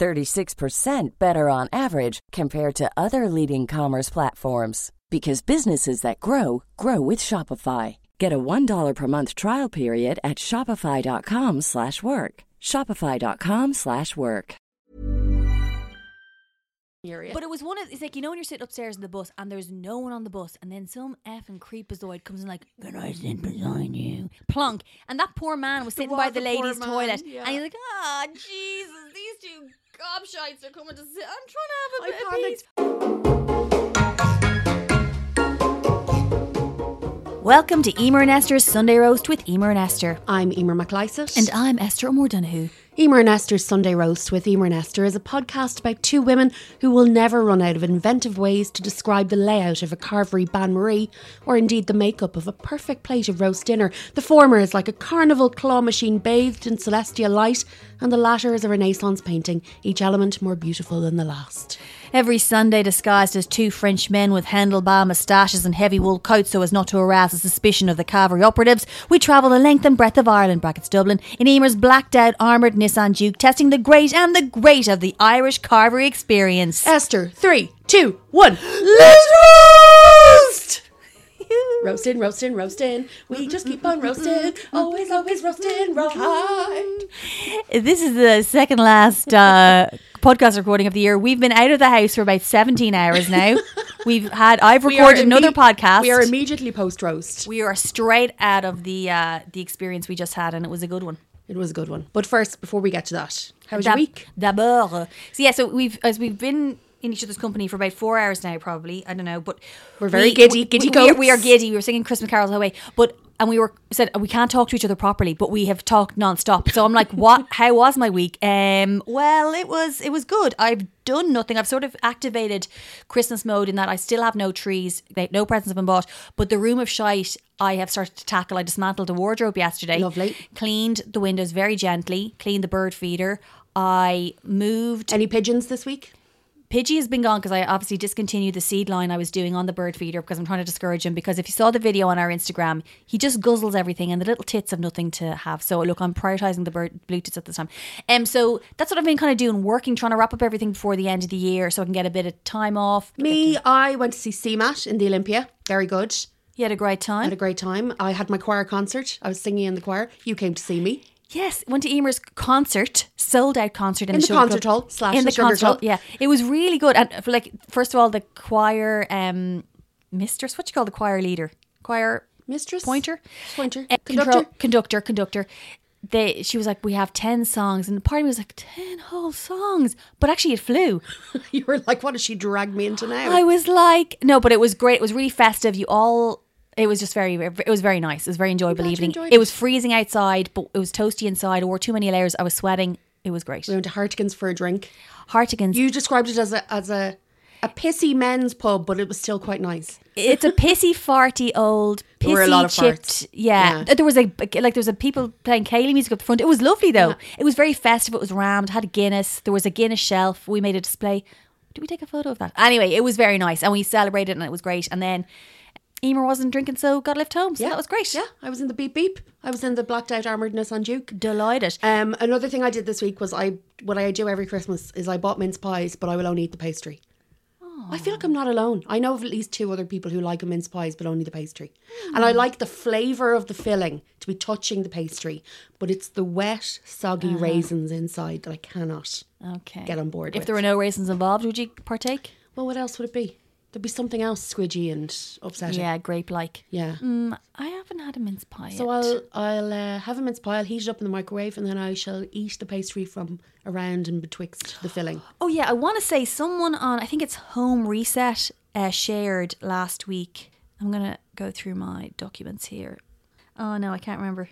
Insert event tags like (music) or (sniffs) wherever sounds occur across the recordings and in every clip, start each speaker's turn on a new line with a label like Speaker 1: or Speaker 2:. Speaker 1: 36% better on average compared to other leading commerce platforms because businesses that grow grow with Shopify. Get a $1 per month trial period at shopify.com/work. slash work. shopify.com/work. slash work.
Speaker 2: Furious.
Speaker 3: But it was one of it's like you know when you're sitting upstairs in the bus and there's no one on the bus and then some effing creepazoid comes in like can I sit beside you plonk and that poor man was sitting by
Speaker 2: was
Speaker 3: the
Speaker 2: a poor
Speaker 3: ladies'
Speaker 2: man,
Speaker 3: toilet
Speaker 2: yeah.
Speaker 3: and he's like ah Jesus these two gobshites are coming to sit I'm trying to have a bit of
Speaker 2: panicked.
Speaker 3: peace." Welcome to Emer and Esther's Sunday Roast with Emer and Esther
Speaker 2: I'm Emer MacLysett.
Speaker 3: and I'm Esther O'More Donahue.
Speaker 2: Emer and Esther's Sunday Roast with Emer and Esther is a podcast about two women who will never run out of inventive ways to describe the layout of a carvery bain marie, or indeed the makeup of a perfect plate of roast dinner. The former is like a carnival claw machine bathed in celestial light, and the latter is a Renaissance painting, each element more beautiful than the last.
Speaker 3: Every Sunday, disguised as two French men with handlebar moustaches and heavy wool coats so as not to arouse the suspicion of the cavalry operatives, we travel the length and breadth of Ireland, brackets Dublin, in Emer's blacked out armoured Nissan Duke, testing the great and the great of the Irish carvery experience.
Speaker 2: Esther, three, two, one.
Speaker 3: Let's
Speaker 2: (laughs)
Speaker 3: roast!
Speaker 2: Roasting, roasting, roasting. We just keep on roasting. Always, always roasting, right.
Speaker 3: This is the second last uh, (laughs) podcast recording of the year. We've been out of the house for about 17 hours (laughs) now. We've had, I've
Speaker 2: We are
Speaker 3: recorded another
Speaker 2: imme-
Speaker 3: podcast.
Speaker 2: We are immediately post roast.
Speaker 3: We are straight out of the uh, the experience we just had, and it was a good one.
Speaker 2: It was a good one. But first, before we get to that, how was your
Speaker 3: D'ab-
Speaker 2: week?
Speaker 3: D'abord. So yeah, so we've as we've been in each other's company for about four hours now, probably. I don't know, but
Speaker 2: We're very giddy, giddy
Speaker 3: we, are,
Speaker 2: goats.
Speaker 3: we are giddy. We were singing Christmas carols all the way, but and we were said we can't talk to each other properly, but we have talked non-stop.
Speaker 2: (laughs)
Speaker 3: So I'm like, what? How was my week? Um, well, it was it was good. I've done nothing. I've sort of activated Christmas mode in that I still have no trees, like, no presents have been bought, but the room of shite I have started to tackle. I dismantled a wardrobe yesterday.
Speaker 2: Lovely.
Speaker 3: Cleaned the windows very gently. Cleaned the bird feeder. I moved
Speaker 2: Any pigeons this week?
Speaker 3: Pidgey has been gone because I obviously discontinued the seed line I was doing on the bird feeder because I'm trying to discourage him. Because if you saw the video on our Instagram, he just guzzles everything and the little tits have nothing to have. So look, I'm prioritizing the bird blue tits at this time. Um, so that's what I've been kind of doing, working, trying to wrap up everything before the end of the year so I can get a bit of time off.
Speaker 2: Me, I went to see CMAT in the Olympia. Very good.
Speaker 3: You had a great time.
Speaker 2: Had a great time. I had my choir concert. I was singing in the choir. You came to see me.
Speaker 3: Yes, went to Emer's concert, sold out concert in,
Speaker 2: In the
Speaker 3: Sugar
Speaker 2: concert
Speaker 3: Club.
Speaker 2: hall slash
Speaker 3: in
Speaker 2: the
Speaker 3: the
Speaker 2: Sugar
Speaker 3: concert
Speaker 2: Club.
Speaker 3: hall. Yeah, it was really good. And for like, first of all, the choir um, mistress, what do you call the choir leader, choir
Speaker 2: Mistress?
Speaker 3: pointer,
Speaker 2: Pointer.
Speaker 3: Uh,
Speaker 2: Conductor?
Speaker 3: control- conductor, conductor. They, she was like, we have ten songs, and the party was like ten whole songs, but actually it flew.
Speaker 2: (laughs) You were like, what has she dragged me into now?
Speaker 3: I was like, no, but it was great. It was really festive. You all, it was just very, it was very nice. It was a very enjoyable
Speaker 2: glad you
Speaker 3: evening.
Speaker 2: enjoyed
Speaker 3: It
Speaker 2: it.
Speaker 3: was freezing outside, but it was toasty inside. I wore too many layers. I was sweating. It was great.
Speaker 2: we went to Hartigan's for a drink.
Speaker 3: Hartigan's.
Speaker 2: You described it as a as a a pissy men's pub, but it was still quite nice.
Speaker 3: it's a pissy, farty
Speaker 2: (laughs)
Speaker 3: old pissy
Speaker 2: were a lot of
Speaker 3: chipped.
Speaker 2: farts.
Speaker 3: Yeah.
Speaker 2: Yeah.
Speaker 3: there was a like there was a people playing Kaylee music up the front. It was lovely though. It was very festive. It was rammed. Had a Guinness. There was a Guinness shelf. We made a display. Did we take a photo of that? Anyway, it was very nice, and we celebrated, and it was great. And then Emer wasn't drinking, so got left home. So that was great.
Speaker 2: Yeah, I was in the beep beep. I was in the blacked out armoured Nissan Duke.
Speaker 3: delighted.
Speaker 2: Um, another thing I did this week was I what I do every Christmas is I bought mince pies, but I will only eat the pastry. I feel like I'm not alone. I know of at least two other people who like mince pies, but only the pastry. And
Speaker 3: Hmm.
Speaker 2: I like the flavour of the filling to be touching the pastry, but it's the wet, soggy
Speaker 3: Uh-huh.
Speaker 2: raisins inside that I cannot
Speaker 3: okay.
Speaker 2: get on board
Speaker 3: Uh, If
Speaker 2: with.
Speaker 3: there were no raisins involved, would you partake?
Speaker 2: Well, what else would it be? There'd be something else squidgy and upsetting.
Speaker 3: Yeah, grape like.
Speaker 2: Yeah.
Speaker 3: Mm, I haven't had a mince pie
Speaker 2: So
Speaker 3: yet.
Speaker 2: I'll I'll uh, have a mince pie. I'll heat it up in the microwave, and then I shall eat the pastry from around and betwixt the
Speaker 3: (gasps)
Speaker 2: filling.
Speaker 3: Oh yeah, I want to say someone on I think it's Home Reset uh, shared last week. I'm gonna go through my documents here. Oh no, I can't remember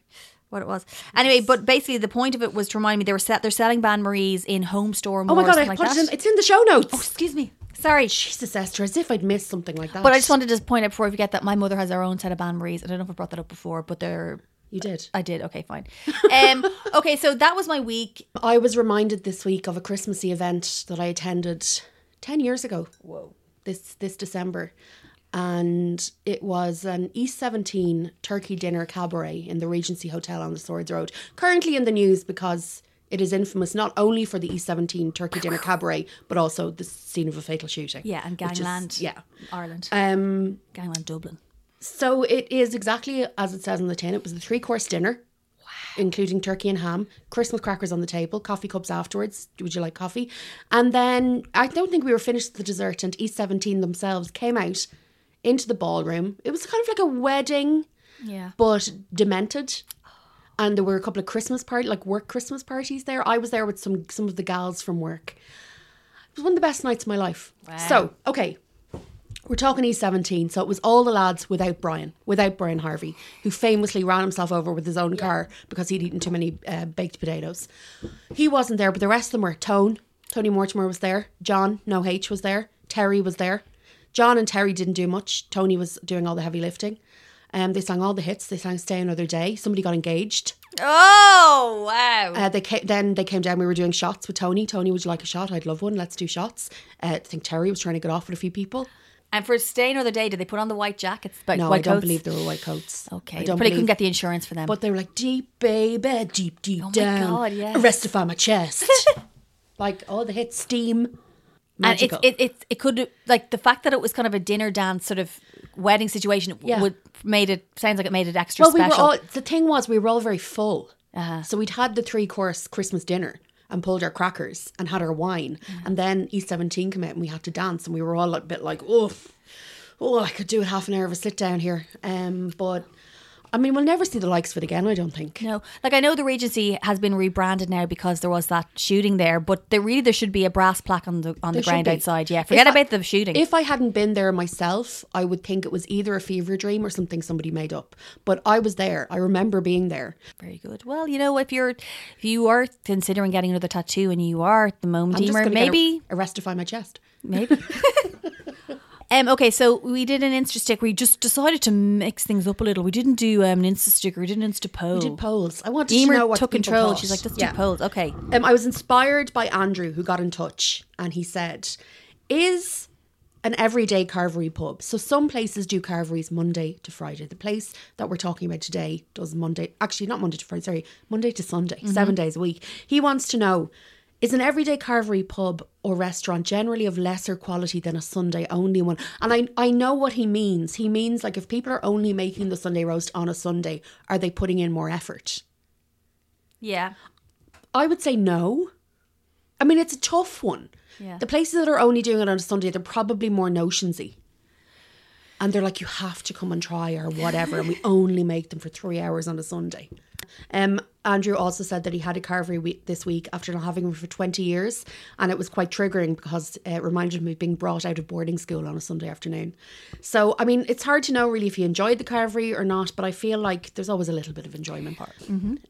Speaker 3: what it was. Anyway, but basically the point of it was to remind me they were set. They're selling Ban Marie's in home store.
Speaker 2: Oh my god! I
Speaker 3: like
Speaker 2: put
Speaker 3: that.
Speaker 2: it in. It's in the show notes.
Speaker 3: Excuse me. Sorry.
Speaker 2: Jesus, Esther, as if I'd missed something like that.
Speaker 3: But I just wanted to point out before we forget that my mother has her own set of Ban Maries. I don't know if I brought that up before, but they're.
Speaker 2: You did.
Speaker 3: I did. Okay, fine. Um, okay, so that was my week.
Speaker 2: I was reminded this week of a Christmassy event that I attended 10 years ago. Whoa. This this December. And it was an East 17 turkey dinner cabaret in the Regency Hotel on the Swords Road. Currently in the news because it is infamous not only for the East 17 turkey dinner cabaret, but also the scene of a fatal shooting.
Speaker 3: Yeah, and
Speaker 2: which is-
Speaker 3: Gangland.
Speaker 2: yeah.
Speaker 3: Ireland.
Speaker 2: Um,
Speaker 3: Gangland Dublin.
Speaker 2: so it is exactly as it says on the tin. It was a three course dinner, including turkey and ham, Christmas crackers on the table, coffee cups afterwards. Would you like coffee? And then I don't think we were finished with the dessert, and East 17 themselves came out into the ballroom. It was kind of like a wedding,
Speaker 3: Yeah.
Speaker 2: but demented. And there were a couple of Christmas party, like work Christmas parties there. I was there with some some of the gals from work. It was one of the best nights of my life. So, okay, we're talking he's 17, so it was all the lads without Brian, without Brian Harvey, who famously ran himself over with his own car because he'd eaten too many uh, baked potatoes. He wasn't there, but the rest of them were. Tone, Tony Mortimer was there. John, no H, was there. Terry was there. John and Terry didn't do much. Tony was doing all the heavy lifting. Um, they sang all the hits. They sang "Stay Another Day." Somebody got engaged.
Speaker 3: Oh, wow.
Speaker 2: Uh, they came, then they came down. We were doing shots with Tony. Tony, would you like a shot? I'd love one. Let's do shots. Uh, I think Terry was trying to get off with a few people.
Speaker 3: and for stay another day, did they put on the white jackets? But
Speaker 2: No,
Speaker 3: white
Speaker 2: I don't
Speaker 3: coats?
Speaker 2: believe there were white coats.
Speaker 3: Okay.
Speaker 2: I
Speaker 3: they
Speaker 2: don't
Speaker 3: probably
Speaker 2: believe.
Speaker 3: couldn't get the insurance for them.
Speaker 2: but they were like deep, baby, deep, deep
Speaker 3: my
Speaker 2: down.
Speaker 3: God, yes.
Speaker 2: Arrested by my chest.
Speaker 3: (laughs)
Speaker 2: like all the hits, steam.
Speaker 3: and it,
Speaker 2: Magical.
Speaker 3: it it it could like the fact that it was kind of a dinner dance sort of wedding situation
Speaker 2: Yeah.
Speaker 3: would made it sounds like it made it extra
Speaker 2: well, we were
Speaker 3: special. Uh-huh.
Speaker 2: all. The thing was, we were all very full. So we'd had the three course Christmas dinner and pulled our crackers and had our wine,
Speaker 3: Mm-hmm.
Speaker 2: and then E seventeen came out and we had to dance, and we were all a bit like, oof. Oh, I could do a half an hour of a sit down here. Um, but I mean, we'll never see the likes of it again. I don't think.
Speaker 3: no, like I know the Regency has been rebranded now because there was that shooting there, but there really there should be a brass plaque on the on the
Speaker 2: should
Speaker 3: ground
Speaker 2: be.
Speaker 3: outside. Yeah, forget
Speaker 2: I-
Speaker 3: about the shooting.
Speaker 2: If I hadn't been there myself, I would think it was either a fever dream or something somebody made up. But I was there. I remember being there.
Speaker 3: Very good. Well, you know, if you're if you are considering getting another tattoo and you are at the moment,
Speaker 2: I'm just
Speaker 3: Emer,
Speaker 2: gonna get a-
Speaker 3: maybe
Speaker 2: a restify my chest.
Speaker 3: Maybe. (laughs) um, okay, so we did an Insta stick. We just decided to mix things up a little. We didn't do um, an Insta sticker. We did an Insta poll.
Speaker 2: I did polls. I wanted
Speaker 3: Oh. Emer
Speaker 2: to know what
Speaker 3: took
Speaker 2: people
Speaker 3: control.
Speaker 2: thought.
Speaker 3: She's like, let's
Speaker 2: Yeah.
Speaker 3: do polls. Okay.
Speaker 2: Um, I was inspired by Andrew, who got in touch, and he said, "Is an everyday carvery pub. So some places do carveries Monday to Friday. The place that we're talking about today does Monday, actually not Monday to Friday, sorry, Monday to Sunday, seven days a week. He wants to know." Is an everyday carvery pub or restaurant generally of lesser quality than a Sunday only one? And I, I know what he means. He means like if people are only making the Sunday roast on a Sunday, are they putting in more effort?
Speaker 3: Yeah.
Speaker 2: I would say no. I mean, it's a tough one.
Speaker 3: Yeah.
Speaker 2: The places that are only doing it on a Sunday, they're probably more notionsy. And they're like, you have to come and try or whatever. and we only make them for three hours on a Sunday. Um, Andrew also said that he had a carvery week this week after not having one for 20 years. And it was quite triggering because uh, it reminded me of being brought out of boarding school on a Sunday afternoon. So, I mean, it's hard to know really if he enjoyed the carvery or not, but I feel like there's always a little bit of enjoyment part.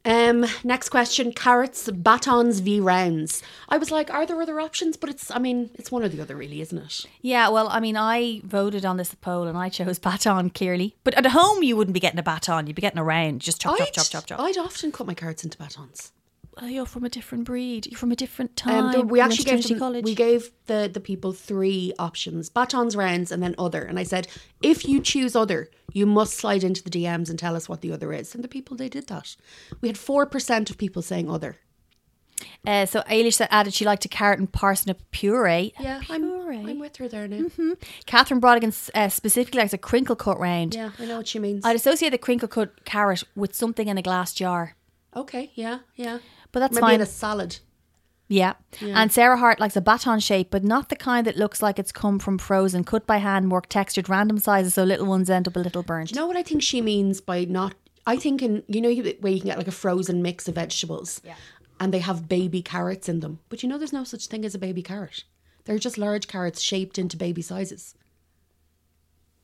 Speaker 2: Um, next question carrots, batons v rounds. I was like, are there other options? But it's, I mean, it's one or the other, really, isn't it?
Speaker 3: Yeah, well, I mean, I voted on this poll and I chose baton clearly. But at home, you wouldn't be getting a baton. You'd be getting a round. Just chop, chop,
Speaker 2: I'd,
Speaker 3: chop, chop, chop.
Speaker 2: I'd often cut my carrots into batons.
Speaker 3: Oh, you're from a different breed. You're from a different time.
Speaker 2: Um, the- we
Speaker 3: You went
Speaker 2: actually
Speaker 3: to
Speaker 2: gave
Speaker 3: Trinity
Speaker 2: them,
Speaker 3: college.
Speaker 2: we gave the the people three options: batons, rounds, and then other. And I said, if you choose other, you must slide into the DMs and tell us what the other is. And the people they did that. We had four percent of people saying other.
Speaker 3: uh, so Ailish said- added she liked a carrot and parsnip puree.
Speaker 2: I'm,
Speaker 3: puree. Mm-hmm.
Speaker 2: I'm with her there now.
Speaker 3: Catherine Brodigan uh, specifically likes a crinkle cut round.
Speaker 2: Yeah, I know what she means.
Speaker 3: I'd associate the crinkle cut carrot with something in a glass jar,
Speaker 2: okay, yeah, yeah.
Speaker 3: but that's
Speaker 2: Maybe
Speaker 3: fine.
Speaker 2: in a salad.
Speaker 3: yeah. And Sarah Hart likes a baton shape, but not the kind that looks like it's come from frozen, cut by hand, more textured, random sizes, so little ones end up a little burnt.
Speaker 2: You know what I think she means by not? I think in you know you- where you can get like a frozen mix of vegetables, yeah. and they have baby carrots in them. But you know, there's no such thing as a baby carrot. They're just large carrots shaped into baby sizes.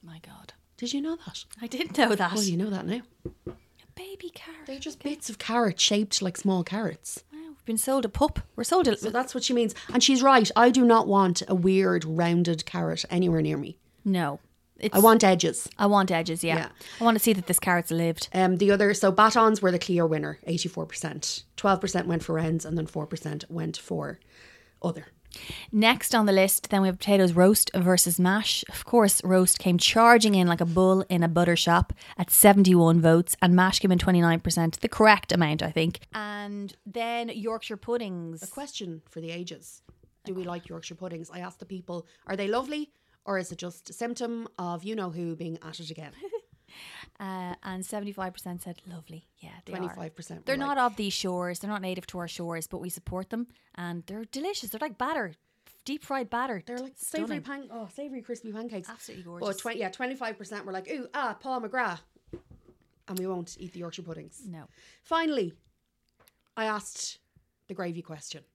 Speaker 3: My God,
Speaker 2: Did you know that?
Speaker 3: I didn't know that.
Speaker 2: Well, you know that now.
Speaker 3: Baby carrot.
Speaker 2: They're just bits of carrot shaped like small carrots.
Speaker 3: Wow, been sold a pup. We're sold a.
Speaker 2: So that's what she means. And she's right. I do not want a weird rounded carrot anywhere near me.
Speaker 3: no. It's,
Speaker 2: I want edges.
Speaker 3: I want edges, yeah.
Speaker 2: Yeah.
Speaker 3: I want to see that this carrot's lived.
Speaker 2: Um, the other, so batons were the clear winner, 84%. 12% went for rounds and then 4% went for other.
Speaker 3: Next on the list, then we have potatoes roast versus mash. Of course, roast came charging in like a bull in a butter shop at 71 votes, and mash came in 29%, the correct amount, I think. And then Yorkshire puddings.
Speaker 2: A question for the ages Do we like Yorkshire puddings? I asked the people, are they lovely or is it just a symptom of you know who being at it (laughs) again?
Speaker 3: Uh, and 75% said lovely. Yeah, they are.
Speaker 2: 25% were
Speaker 3: They're
Speaker 2: like-
Speaker 3: not of these shores. They're not native to our shores, but we support them and they're delicious. They're like batter, deep fried batter.
Speaker 2: They're like savory
Speaker 3: Stunning.
Speaker 2: pan, oh, savory crispy pancakes.
Speaker 3: Absolutely
Speaker 2: But
Speaker 3: gorgeous.
Speaker 2: twenty, yeah, twenty five percent were like, ooh, ah, Paul McGrath, and we won't eat the Yorkshire puddings.
Speaker 3: No.
Speaker 2: Finally, I asked the gravy question.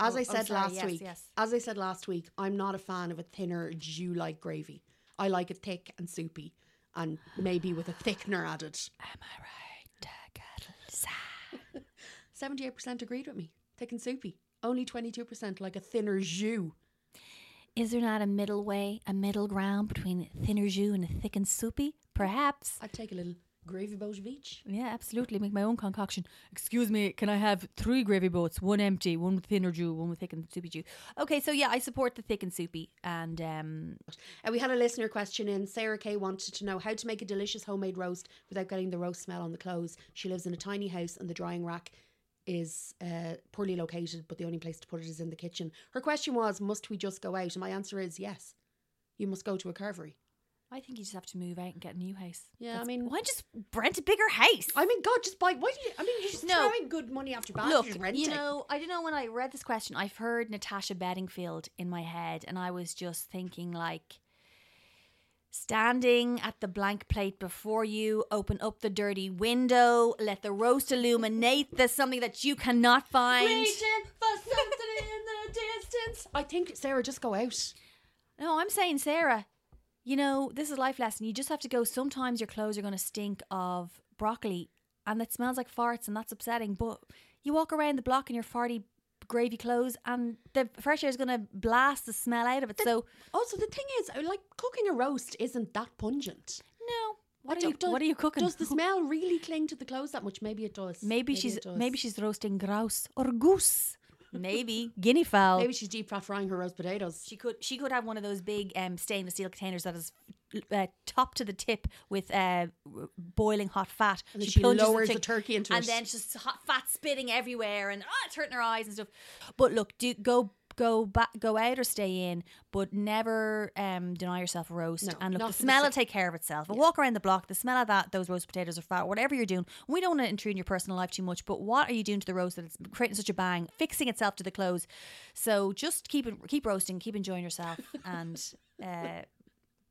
Speaker 2: As
Speaker 3: Oh,
Speaker 2: I
Speaker 3: oh,
Speaker 2: said
Speaker 3: sorry,
Speaker 2: last
Speaker 3: yes,
Speaker 2: week,
Speaker 3: yes.
Speaker 2: as I said last week, I'm not a fan of a thinner Jew like gravy. I like it thick and soupy, and maybe with a thickener added.
Speaker 3: Am I right? Girls?
Speaker 2: Seventy eight percent agreed with me. Thick and soupy. Only twenty two percent like a thinner jus.
Speaker 3: Is there not a middle way, a middle ground between thinner jus and thick and soupy? Perhaps.
Speaker 2: I'd take a little gravy boat of each.
Speaker 3: Yeah, absolutely. Make my own concoction. Excuse me, can I have three gravy boats? One empty, one with thinner jus, one with thick and soupy jus. Okay, so yeah, I support the thick and soupy. And um,
Speaker 2: Uh, we had a listener question in. Sarah Kay wanted to know how to make a delicious homemade roast without getting the roast smell on the clothes. She lives in a tiny house and the drying rack is uh, poorly located, but the only place to put it is in the kitchen. Her question was, must we just go out? And my answer is yes. You must go to a carvery.
Speaker 3: I think you just have to move out and get a new house.
Speaker 2: Yeah, I mean-
Speaker 3: why just rent a bigger house?
Speaker 2: I mean, God, just buy. Why do you? I mean, you're just
Speaker 3: No.
Speaker 2: throwing good money after bad.
Speaker 3: Look,
Speaker 2: you're just renting.
Speaker 3: you know, I don't know when I read this question, I've heard Natasha Bedingfield in my head, and I was just thinking like standing at the blank plate before you, open up the dirty window, let the roast illuminate the something that you cannot find.
Speaker 2: for something in the distance. I think Sarah, just go out.
Speaker 3: No, I'm saying Sarah, you know, this is a life lesson. You just have to go sometimes your clothes are gonna stink of broccoli and it smells like farts and that's upsetting, but you walk around the block in your farty gravy clothes and the fresh air is gonna blast the smell out of it. So
Speaker 2: Also, the thing is, uh, like cooking a roast isn't that pungent.
Speaker 3: no.
Speaker 2: I
Speaker 3: What are, you,
Speaker 2: don't- does-
Speaker 3: what are you cooking?
Speaker 2: Does
Speaker 3: (laughs)
Speaker 2: the smell really cling to the clothes that much? Maybe it does.
Speaker 3: maybe, she's
Speaker 2: it does.
Speaker 3: maybe she's roasting grouse or goose. Maybe guinea fowl.
Speaker 2: maybe she's deep fat frying her roast potatoes.
Speaker 3: She could she could have one of those big um, stainless steel containers that is uh, top to the tip with uh, r- boiling hot fat.
Speaker 2: And then she
Speaker 3: plunges
Speaker 2: lowers
Speaker 3: thing-
Speaker 2: the turkey into
Speaker 3: and
Speaker 2: it.
Speaker 3: then it's just hot fat spitting everywhere, and ah, it's hurting her eyes and stuff. But look, do go go back, go out or stay in, but never um, deny yourself a roast.
Speaker 2: No,
Speaker 3: and look,
Speaker 2: not
Speaker 3: the
Speaker 2: for the
Speaker 3: smell will
Speaker 2: sake-
Speaker 3: take care of itself. A walk around the block, the smell of that, those roast potatoes or fat, whatever you're doing. We don't want to intrude in your personal life too much, but what are you doing to the roast that it's creating such a bang, fixing itself to the close? So just keep it, keep roasting, keep enjoying yourself, and (laughs) uh,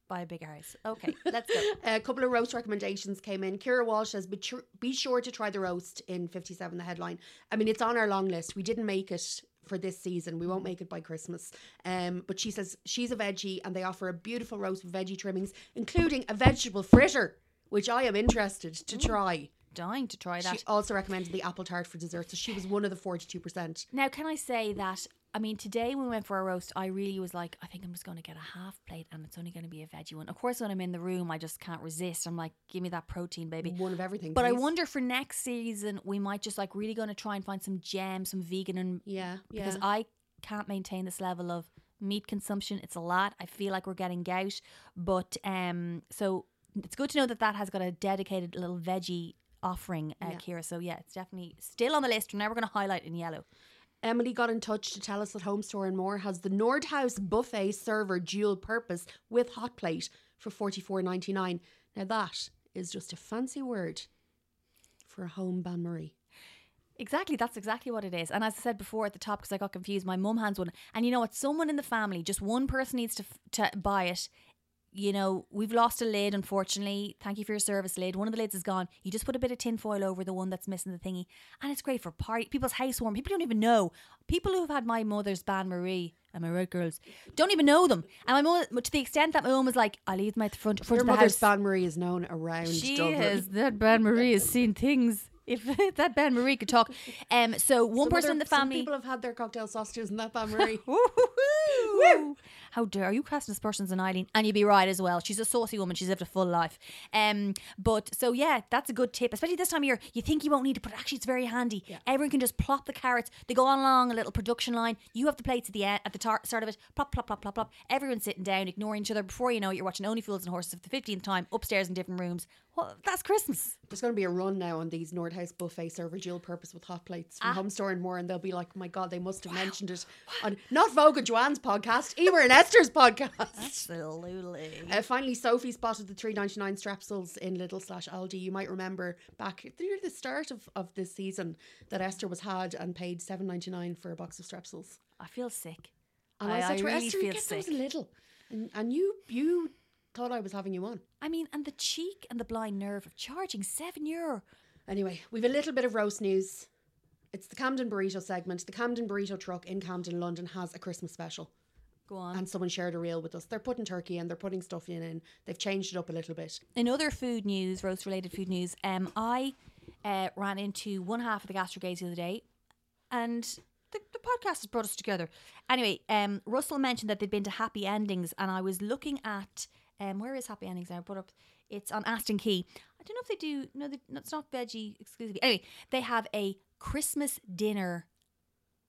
Speaker 3: buy a bigger house. Okay, let's go.
Speaker 2: (laughs) A couple of roast recommendations came in. Kira Walsh says, be, tr- be sure to try the roast in 57, the headline. I mean, it's on our long list. We didn't make it for this season. We won't make it by Christmas. Um, but she says she's a veggie and they offer a beautiful roast with veggie trimmings, including a vegetable fritter, which I am interested to try.
Speaker 3: Dying to Mm. try that.
Speaker 2: She also recommended the apple tart for dessert. So she was one of the 42%.
Speaker 3: Now, can I say that? I mean, today when we went for a roast, I really was like, I think I'm just going to get a half plate and it's only going to be a veggie one. Of course, when I'm in the room, I just can't resist. I'm like, give me that protein, baby.
Speaker 2: One of everything.
Speaker 3: But I
Speaker 2: please.
Speaker 3: wonder for next season, we might just like really going to try and find some jam, some vegan, and
Speaker 2: Yeah, yeah.
Speaker 3: because I can't maintain this level of meat consumption. It's a lot. I feel like we're getting gout, but um, so it's good to know that that has got a dedicated little veggie offering, uh,
Speaker 2: Yeah.
Speaker 3: Kira. So yeah, it's definitely still on the list. And now we're going to highlight in yellow.
Speaker 2: Emily got in touch to tell us that Home Store and More has the Nordhaus buffet server dual purpose with hot plate for forty four ninety nine. Now that is just a fancy word for a home ban Marie.
Speaker 3: Exactly, that's exactly what it is. And as I said before at the top, because I got confused, my mum hands one. And you know what? Someone in the family, just one person needs to, f- to buy it. You know, we've lost a lid, unfortunately. Thank you for your service, lid. One of the lids is gone. You just put a bit of tin foil over the one that's missing the thingy. And it's great for party people's housewarming. People don't even know. People who have had my mother's Ban Marie and my red girls don't even know them. And my mother, to the extent that my mum was like, I'll leave them at the front, front
Speaker 2: Your
Speaker 3: of the
Speaker 2: mother's
Speaker 3: house.
Speaker 2: ban Marie is known around
Speaker 3: She
Speaker 2: Dublin.
Speaker 3: is. That Ban Marie has seen things. (laughs) If that Ben Marie could talk. Um, so one person in the family. (laughs)
Speaker 2: people have had their cocktail sausages and that Ban Marie.
Speaker 3: Woo! How dare you cast this person as an Eileen? And you'd be right as well. She's a saucy woman. She's lived a full life. Um, but so yeah, that's a good tip, especially this time of year. You think you won't need it, but actually it's very handy. Everyone can just plop the carrots. They go on along a little production line. You have the plates at the end, at the tar- start of it. Plop, plop, plop, plop, plop. Everyone's sitting down, ignoring each other. Before you know it, you're watching Only Fools and Horses for the fifteenth time upstairs in different rooms. Well, that's Christmas.
Speaker 2: There's going to be a run now on these Nordhaus buffet server dual purpose with hot plates
Speaker 3: Ah.
Speaker 2: from Home Store and more, and they'll be like, "Oh "My God, they must have mentioned it on not Vogue and Joanne's podcast, Emer and Esther's podcast."
Speaker 3: Absolutely.
Speaker 2: Uh, finally, Sophie spotted the three ninety nine strepsils in Little slash Aldi. You might remember back near the start of, of this season that Esther was had and paid seven ninety nine for a box of strepsils.
Speaker 3: I feel sick.
Speaker 2: And I,
Speaker 3: I-
Speaker 2: said
Speaker 3: I
Speaker 2: to her,
Speaker 3: really
Speaker 2: Esther, you
Speaker 3: feel
Speaker 2: get those
Speaker 3: sick."
Speaker 2: in Little, and, and you you thought I was having you on.
Speaker 3: I mean, and the cheek and the blind nerve of charging seven euro.
Speaker 2: Anyway, we've a little bit of roast news. It's the Camden Burrito segment. The Camden Burrito truck in Camden, London has a Christmas special.
Speaker 3: Go on.
Speaker 2: And someone shared a reel with us. They're putting turkey in, they're putting stuff in, and they've changed it up a little bit.
Speaker 3: in other food news, roast related food news, um, I uh, ran into one half of the gastrogate the other day, and the, the podcast has brought us together. Anyway, um, Russell mentioned that they'd been to Happy Endings, and I was looking at um, where is Happy Endings? I brought up it's on Aston Key. I don't know if they do. No, they, no, it's not veggie exclusively. Anyway, they have a Christmas dinner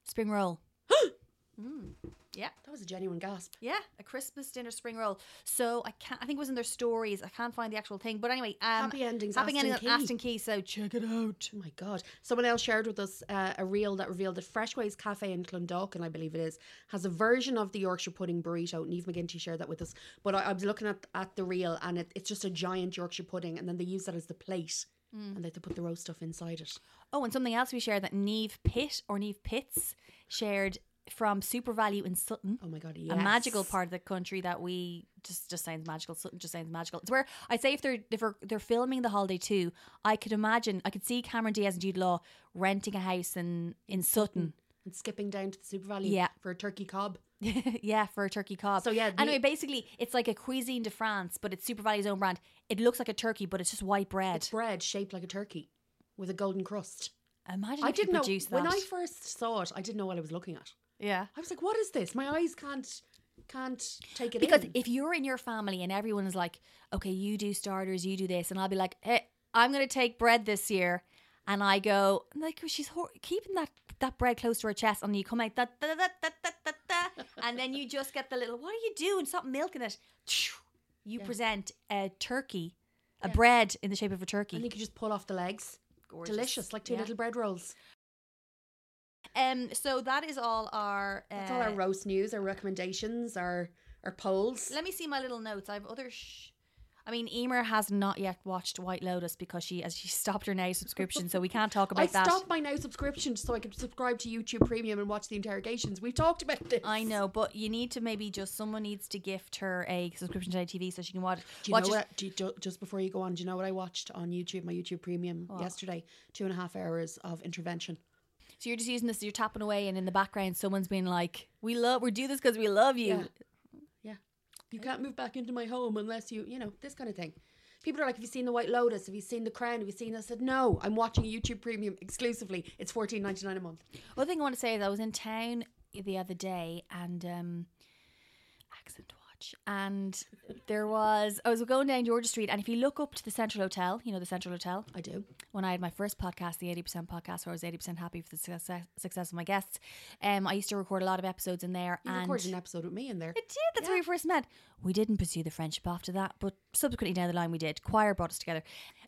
Speaker 3: spring roll. (gasps) mm, yeah.
Speaker 2: That was a genuine gasp.
Speaker 3: Yeah, a Christmas dinner spring roll. So I can't. I think it was in their stories. I can't find the actual thing. But anyway, um,
Speaker 2: Happy endings,
Speaker 3: Happy
Speaker 2: Aston
Speaker 3: endings,
Speaker 2: Key.
Speaker 3: at Aston Key. So check it out.
Speaker 2: Oh my God. Someone else shared with us uh, a reel that revealed that Freshways Cafe in Clondalkin, I believe it is, has a version of the Yorkshire pudding burrito. And Eve McGinty shared that with us. But I, I was looking at, at the reel and it, it's just a giant Yorkshire pudding. And then they use that as the plate and
Speaker 3: Mm.
Speaker 2: they have to put the roast stuff inside it.
Speaker 3: Oh, and something else we shared that Neve Pitt or Neve Pitts shared from Super Value in Sutton.
Speaker 2: Oh my God. Yes.
Speaker 3: a magical part of the country that we just just sounds magical. Sutton just sounds magical. It's where I say if they're if we're- they're filming the holiday too, I could imagine I could see Cameron Diaz and Jude Law renting a house in in Sutton.
Speaker 2: and skipping down to the Super Valley
Speaker 3: Yeah.
Speaker 2: for a turkey cob.
Speaker 3: (laughs) yeah, for a turkey cob.
Speaker 2: So, yeah, the-
Speaker 3: anyway, basically, it's like a cuisine de France, but it's Super Valley's own brand. It looks like a turkey, but it's just white bread.
Speaker 2: It's bread shaped like a turkey with a golden crust.
Speaker 3: Imagine
Speaker 2: I
Speaker 3: if you
Speaker 2: didn't know
Speaker 3: produce that.
Speaker 2: when I first saw it. I didn't know what I was looking at.
Speaker 3: yeah.
Speaker 2: I was like, "What is this? My eyes can't can't take it
Speaker 3: Because
Speaker 2: in."
Speaker 3: if you're in your family and everyone is like, okay, you do starters, you do this, and I'll be like, hey, I'm going to take bread this year. And I go, I'm like, she's hor- keeping that, that bread close to her chest. And you come out, da, da, da, da, da, da, da,
Speaker 2: (laughs)
Speaker 3: and then you just get the little, what are you doing? Stop milking it. You present a turkey, a bread in the shape of a turkey.
Speaker 2: and you could just pull off the legs.
Speaker 3: Gorgeous.
Speaker 2: Delicious, like two
Speaker 3: Yeah.
Speaker 2: little bread rolls.
Speaker 3: Um. So that is all our. Uh,
Speaker 2: That's all our roast news, our recommendations, our our polls.
Speaker 3: Let me see my little notes. I have other. Sh- I mean, Emer has not yet watched White Lotus because she as she (laughs) stopped her now subscription, so we can't talk
Speaker 2: (laughs)
Speaker 3: about
Speaker 2: I
Speaker 3: that.
Speaker 2: stopped my now subscription so I could subscribe to YouTube Premium and watch the interrogations. We've talked about this.
Speaker 3: I know, but you need to maybe just someone needs to gift her a subscription to ITV so she can watch.
Speaker 2: Do you
Speaker 3: watch
Speaker 2: know
Speaker 3: it.
Speaker 2: what? do you- ju- just before you go on, do you know what I watched on YouTube, my YouTube Premium yesterday? Two and a half hours of intervention.
Speaker 3: So you're just using this. You're tapping away, and in the background, someone's been like, "We love. We do this because we love you."
Speaker 2: Yeah. Yeah, you can't move back into my home unless you, you know, this kind of thing. People are like, "Have you seen the White Lotus? Have you seen the Crown? Have you seen?" this?" I said, "No, I'm watching YouTube Premium exclusively. It's fourteen ninety nine a month."
Speaker 3: One thing I want to say is I was in town the other day and um accent watch and there was I was going down Georgia Street and if you look up to the Central Hotel, you know the Central Hotel,
Speaker 2: I do.
Speaker 3: when I had my first podcast, the 80% podcast where I was 80% happy for the success, success of my guests, um I used to record a lot of episodes in there
Speaker 2: You
Speaker 3: and
Speaker 2: recorded an episode with me in there.
Speaker 3: it did. That's where we first met. We didn't pursue the friendship after that, but subsequently down the line we did. Choir brought us together.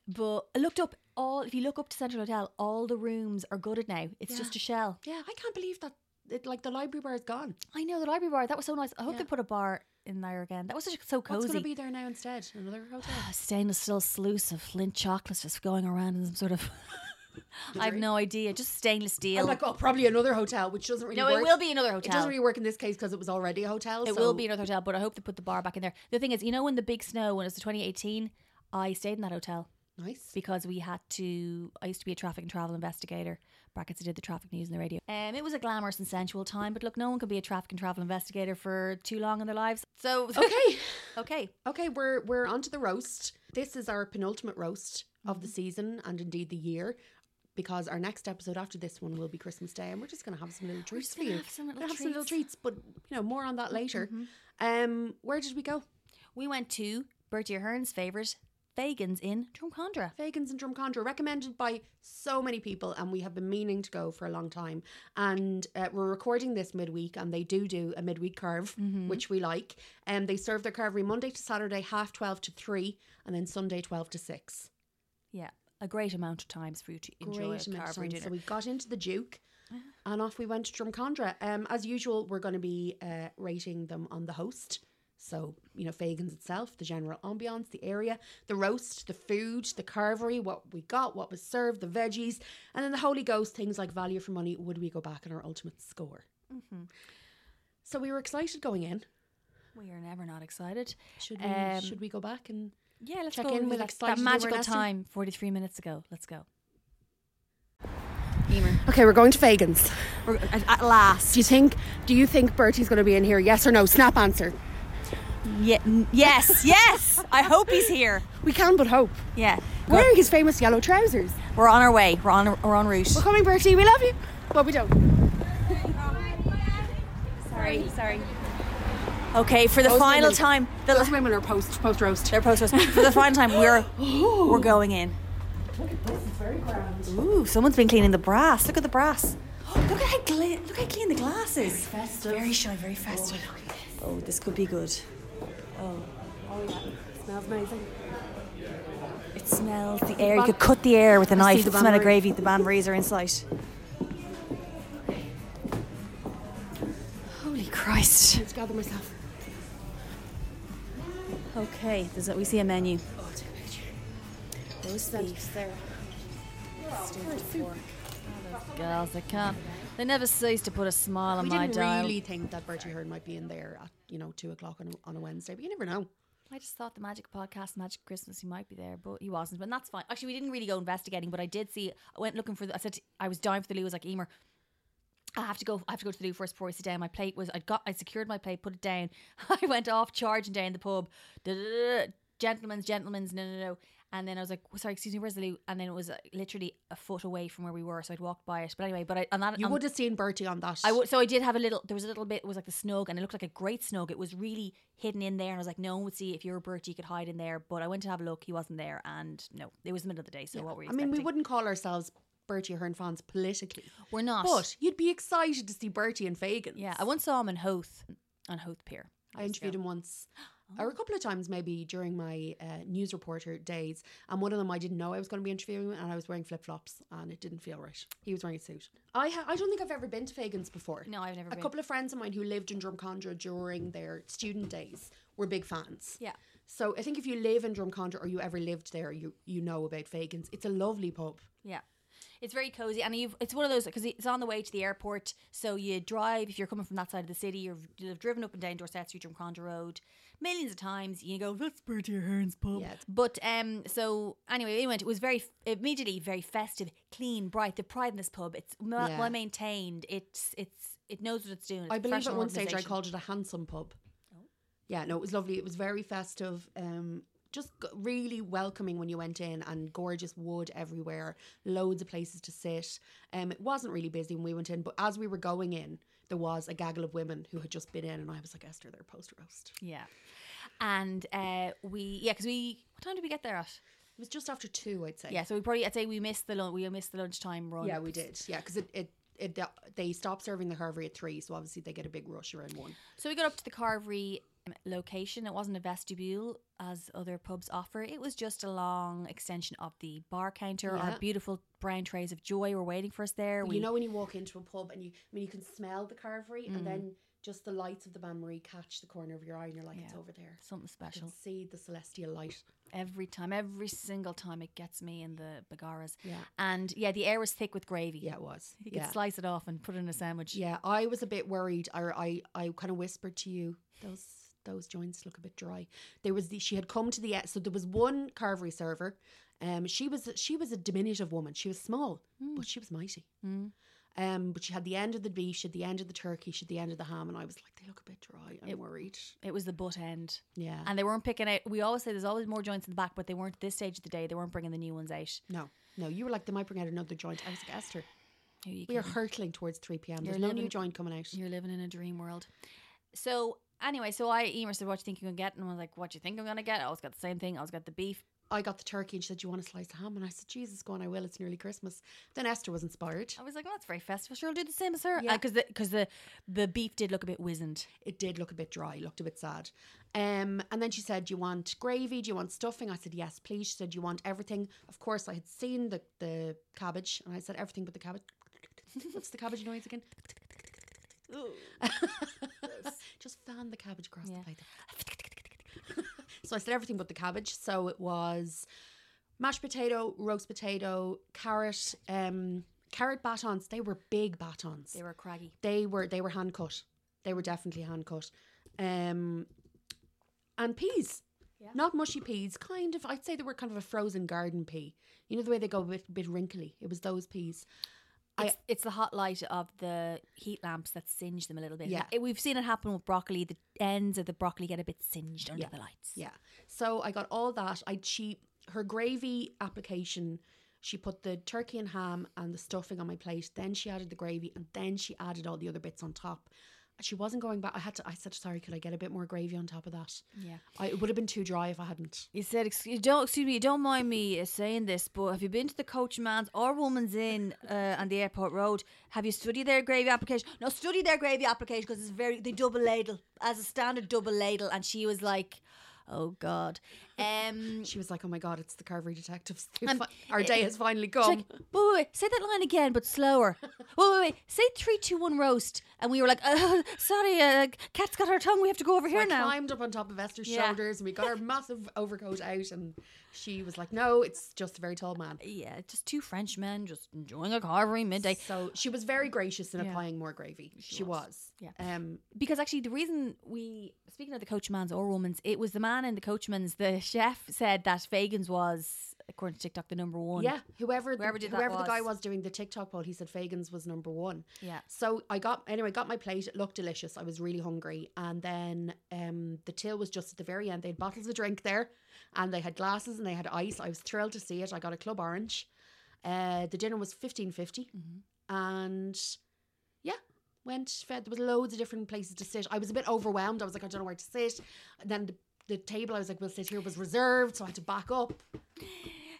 Speaker 3: But I looked up all if you look up to Central Hotel, all the rooms are gutted now. It's just a shell.
Speaker 2: yeah, I can't believe that. It, like the library bar is gone.
Speaker 3: I know the library bar. That was so nice. I hope they put a bar in there again. That was just so
Speaker 2: What's going
Speaker 3: cozy.
Speaker 2: to be there now instead? Another hotel.
Speaker 3: (sighs) a stainless steel sluice of lint chocolates just going around in some sort
Speaker 2: (laughs)
Speaker 3: of. I have no idea. Just stainless steel.
Speaker 2: I'm like, oh, probably another hotel, which doesn't really.
Speaker 3: no,
Speaker 2: work.
Speaker 3: it will be another hotel.
Speaker 2: It doesn't really work in this case because it was already a hotel.
Speaker 3: It
Speaker 2: so-
Speaker 3: will be another hotel, but I hope they put the bar back in there. The thing is, you know, when the big snow, when it was the 2018, I stayed in that hotel (laughs)
Speaker 2: nice.
Speaker 3: because we had to. I used to be a traffic and travel investigator. Brackets, I did the traffic news and the radio. Um, it was a glamorous and sensual time, but look, no one can be a traffic and travel investigator for too long in their lives. So (laughs)
Speaker 2: Okay.
Speaker 3: okay.
Speaker 2: Okay, we're
Speaker 3: Mm-hmm.
Speaker 2: we're onto the roast. This is our penultimate roast of the season and indeed the year. because our next episode after this one will be Christmas Day, and we're just going to have some little treats
Speaker 3: just
Speaker 2: for
Speaker 3: gonna
Speaker 2: you.
Speaker 3: have some little Mm-hmm.
Speaker 2: Gonna have some little treats, but you know more on that later. Um, where did we go?
Speaker 3: We went to Bertie Ahern's favourite, Fagans in Drumcondra.
Speaker 2: Fagans and Drumcondra, recommended by so many people, and we have been meaning to go for a long time. And uh, we're recording this midweek, and they do do a midweek curve, which we like. And they serve their curve every Monday to Saturday, half twelve to three, and then Sunday twelve to six.
Speaker 3: Yeah, a great amount of times for you to enjoy
Speaker 2: Great
Speaker 3: a
Speaker 2: amount of
Speaker 3: Carvery
Speaker 2: time.
Speaker 3: dinner. Uh-huh.
Speaker 2: So we got into the Duke, and off we went to Drumcondra. Um, as usual, we're going to be uh, rating them on the host. So you know, Fagan's itself, the general ambiance, the area, the roast, the food, the carvery, what we got, what was served, the veggies, and then the Holy Ghost things like value for money. Would we go back on our ultimate score?
Speaker 3: Mm-hmm.
Speaker 2: So we were excited going in.
Speaker 3: We are never not excited.
Speaker 2: Should we?
Speaker 3: Um,
Speaker 2: should we go back and
Speaker 3: yeah, let's
Speaker 2: check
Speaker 3: go
Speaker 2: in
Speaker 3: with
Speaker 2: with
Speaker 3: that,
Speaker 2: excited
Speaker 3: that
Speaker 2: we were
Speaker 3: magical
Speaker 2: last year?
Speaker 3: time, 43 minutes ago. Let's go.
Speaker 2: Okay, we're going to Fagan's.
Speaker 3: We're, at, at last.
Speaker 2: Do you think? Do you think Bertie's going to be in here? Yes or no? Snap answer.
Speaker 3: Yeah, n- yes, yes. I hope he's here.
Speaker 2: We can but hope.
Speaker 3: Yeah.
Speaker 2: Wearing his famous yellow trousers.
Speaker 3: We're on our way. We're on, we're on route.
Speaker 2: We're coming, Bertie. We love you. But we don't.
Speaker 3: Sorry, sorry. Okay, for the
Speaker 2: Those
Speaker 3: final
Speaker 2: women-
Speaker 3: time, the
Speaker 2: Those women are post post roast.
Speaker 3: their post roast. for the final time, (gasps) we're we're going in. Ooh, someone's been cleaning the brass. Look at the brass. (gasps) look at how gla- look how clean the glass is. Very festive. Very shy. Very festive. Oh, this could be good.
Speaker 2: Smells amazing.
Speaker 3: It smells the air. You could cut the air with a knife.
Speaker 2: the
Speaker 3: The smell
Speaker 2: Banbury.
Speaker 3: of gravy. The band are in sight. (laughs) Holy Christ.
Speaker 2: Let's gather myself.
Speaker 3: Okay, there's a, we see a menu.
Speaker 2: Oh, take a picture.
Speaker 3: Those
Speaker 2: Beef there.
Speaker 3: girls that can't. They never cease to put a smile on
Speaker 2: We
Speaker 3: Oh my
Speaker 2: didn't
Speaker 3: dial.
Speaker 2: really think that Bertie Hearn might be in there at you know two o'clock on a, on a Wednesday, but you never know.
Speaker 3: I just thought the Magic Podcast, Magic Christmas, he might be there, but he wasn't. But that's fine. Actually, we didn't really go investigating, but I did see. I went looking for. The, I said to- I was down for the loo. I was like, Emer, I have to go. I have to go to the loo first before I sit down. My plate was. I got. I secured my plate, put it down. (laughs) I went off charging down the pub. Da-da-da-da. Gentlemen's, gentlemen's, no, no, no. And then I was like, sorry, excuse me, where's the loo? And then it was uh, literally a foot away from where we were, so I'd walked by it. But anyway, but I on that
Speaker 2: You
Speaker 3: on-
Speaker 2: would have seen Bertie on that.
Speaker 3: Um, I would, so I did have a little. There was a little bit. It was like the snug, and it looked like a great snug. It was really hidden in there, and I was like, no one would see. If you were Bertie, you could hide in there. But I went to have a look. He wasn't there, and no, it was the middle of the day. So what were you?
Speaker 2: I mean, we
Speaker 3: expecting?
Speaker 2: wouldn't call ourselves Bertie Hearn fans politically,
Speaker 3: We're not.
Speaker 2: but you'd be excited to see Bertie and Fagan.
Speaker 3: yeah, I once saw him in Hoth, on Hoth Pier.
Speaker 2: I interviewed him
Speaker 3: (gasps)
Speaker 2: once,
Speaker 3: Oh.
Speaker 2: or a couple of times maybe during my uh, news reporter days. And one of them I didn't know I was going to be interviewing, and I was wearing flip flops, and it didn't feel right. He was wearing a suit. I ha- I don't think I've ever been to Fagan's before.
Speaker 3: No, I've
Speaker 2: A
Speaker 3: never been.
Speaker 2: couple of friends of mine who lived in Drumcondra during their student days were big fans.
Speaker 3: Yeah.
Speaker 2: So I think if you live in Drumcondra or you ever lived there, you you know about Fagan's. It's a lovely pub.
Speaker 3: Yeah. It's very cozy, and you've, it's one of those because it's on the way to the airport. So you drive if you're coming from that side of the city. You've, you've driven up and down Dorset Street, Drumcondra Road, millions of times. You go, that's Bertie Hearn's pub.
Speaker 2: Yeah, it's-
Speaker 3: But um, so anyway, it went. It was very immediately very festive, clean, bright. The pride in this pub. It's well,
Speaker 2: Yeah.
Speaker 3: well maintained. It's it's it knows what it's doing. It's
Speaker 2: I believe at
Speaker 3: professional
Speaker 2: one stage I
Speaker 3: organisation.
Speaker 2: called it a handsome pub. Yeah, no, it was lovely. It was very festive. Um, just g- really welcoming when you went in, and gorgeous wood everywhere. Loads of places to sit. Um, it wasn't really busy when we went in, but as we were going in, there was a gaggle of women who had just been in, and I was like, Esther, they're post roast.
Speaker 3: Yeah. And uh, we yeah, because we what time did we get there at?
Speaker 2: It was just after two, I'd say.
Speaker 3: Yeah, so we probably I'd say we missed the lunch. We missed the lunchtime run.
Speaker 2: yeah, we did. Yeah, because it. it it, they stopped serving the Harvey at three, so obviously they get a big rush around one.
Speaker 3: So we got up to the Carvery um, location. It wasn't a vestibule as other pubs offer. It was just a long extension of the bar counter.
Speaker 2: Yeah.
Speaker 3: Our beautiful brown trays of joy were waiting for us there.
Speaker 2: But you know when you walk into a pub and you I mean you can smell the carvery and then just the lights of the Ban Marie catch the corner of your eye and you're like, it's over there.
Speaker 3: something
Speaker 2: You can
Speaker 3: special
Speaker 2: see the celestial light.
Speaker 3: every time, every single time it gets me in the bagaras.
Speaker 2: Yeah.
Speaker 3: and yeah, the air was thick with gravy.
Speaker 2: Yeah, it was.
Speaker 3: you could
Speaker 2: yeah.
Speaker 3: slice it off and put it in a sandwich.
Speaker 2: yeah, I was a bit worried. I I, I kind of whispered to you, those those joints look a bit dry. There was the, she had come to the e, so there was one carvery server. Um, she was she was a diminutive woman. She was small, but she was mighty.
Speaker 3: Mm.
Speaker 2: Um, but she had the end of the beef, she had the end of the turkey, she had the end of the ham, and I was like, they look a bit dry. I'm worried.
Speaker 3: It was the butt end.
Speaker 2: Yeah.
Speaker 3: And they weren't picking out, we always say there's always more joints in the back, but they weren't at this stage of the day, they weren't bringing the new ones out.
Speaker 2: No. No, you were like, they might bring out another joint. I was like, Esther,
Speaker 3: Who you
Speaker 2: we are
Speaker 3: kidding?
Speaker 2: hurtling towards 3 p.m. There's
Speaker 3: You're
Speaker 2: no
Speaker 3: living-
Speaker 2: new joint coming out.
Speaker 3: You're living in a dream world. So anyway, so I Emer said, "What do you think you're gonna get?" And I was like, "What do you think I'm gonna get?" I always got the same thing. I always got the beef.
Speaker 2: I got the turkey and she said, Do you want a slice of ham? And I said, Jesus, go on, I will. It's nearly Christmas. Then Esther was inspired.
Speaker 3: I was like, "Well, that's very festive. Sure, I'll do the same as her."
Speaker 2: Yeah.
Speaker 3: Because the because the the beef did look a bit wizened.
Speaker 2: It did look a bit dry, looked a bit sad. Um, and then she said, Do you want gravy? Do you want stuffing? I said, Yes, please. She said, Do you want everything? Of course, I had seen the, the cabbage and I said, Everything but the cabbage. (laughs) What's the cabbage noise again? Just fan the cabbage across the
Speaker 3: Yeah.
Speaker 2: plate. (laughs) So I said everything but the cabbage. So it was mashed potato, roast potato, carrot, um, carrot batons. They were big batons.
Speaker 3: They were craggy.
Speaker 2: They were they were hand cut. They were definitely hand cut. Um, and peas. Not mushy peas, kind of. I'd say they were kind of a frozen garden pea. You know the way they go a bit, bit wrinkly. It was those peas.
Speaker 3: It's, it's the hot light of the heat lamps that singe them a little bit.
Speaker 2: Yeah.
Speaker 3: It- we've seen it happen with broccoli. The ends of the broccoli get a bit singed under the lights.
Speaker 2: Yeah. So I got all that. I she her gravy application. She put the turkey and ham and the stuffing on my plate. Then she added the gravy, and then she added all the other bits on top. She wasn't going back. I had to. I said, "Sorry, could I get a bit more gravy on top of that?"
Speaker 3: Yeah.
Speaker 2: I, it would have been too dry if I hadn't.
Speaker 3: You said, "Excuse don't excuse me, you don't mind me uh, saying this, but have you been to the coachman's or woman's inn uh, on the airport road? Have you studied their gravy application? No, study their gravy application because it's very they double ladle as a standard double ladle." And she was like, "Oh God." Um,
Speaker 2: She was like, "Oh my god, it's the Carvery detectives. They fi- Our day has finally
Speaker 3: She's
Speaker 2: come."
Speaker 3: like, wait, wait, wait, say that line again, but slower. wait, wait, wait, say three, two, one, roast. And we were like, uh, (laughs) sorry, uh, cat's got her tongue. We have to go over here
Speaker 2: I
Speaker 3: now.
Speaker 2: climbed up on top of Esther's
Speaker 3: Yeah.
Speaker 2: shoulders, and we
Speaker 3: (laughs)
Speaker 2: got our massive overcoat out, and she was like, "No, it's just a very tall man."
Speaker 3: Yeah, just two Frenchmen just enjoying a carvery midday.
Speaker 2: So she was very gracious in
Speaker 3: Yeah.
Speaker 2: applying more gravy. She, was.
Speaker 3: Yeah.
Speaker 2: Um,
Speaker 3: Because actually, the reason we speaking of the coachman's or woman's, it was the man in the coachman's. The chef said that Fagan's was, according to TikTok, the number one.
Speaker 2: yeah. Whoever the-
Speaker 3: Whoever did that
Speaker 2: whoever the guy
Speaker 3: was.
Speaker 2: was doing the TikTok poll, he said Fagan's was number one.
Speaker 3: Yeah.
Speaker 2: So I got anyway, got my plate. It looked delicious. I was really hungry, and then um, the till was just at the very end. They had bottles of drink there, and they had glasses and they had ice. I was thrilled to see it. I got a club orange. Uh, the dinner was fifteen
Speaker 3: Mm-hmm.
Speaker 2: and yeah went fed there was loads of different places to sit i was a bit overwhelmed i was like i don't know where to sit and then the, the table i was like we'll sit here was reserved so i had to back up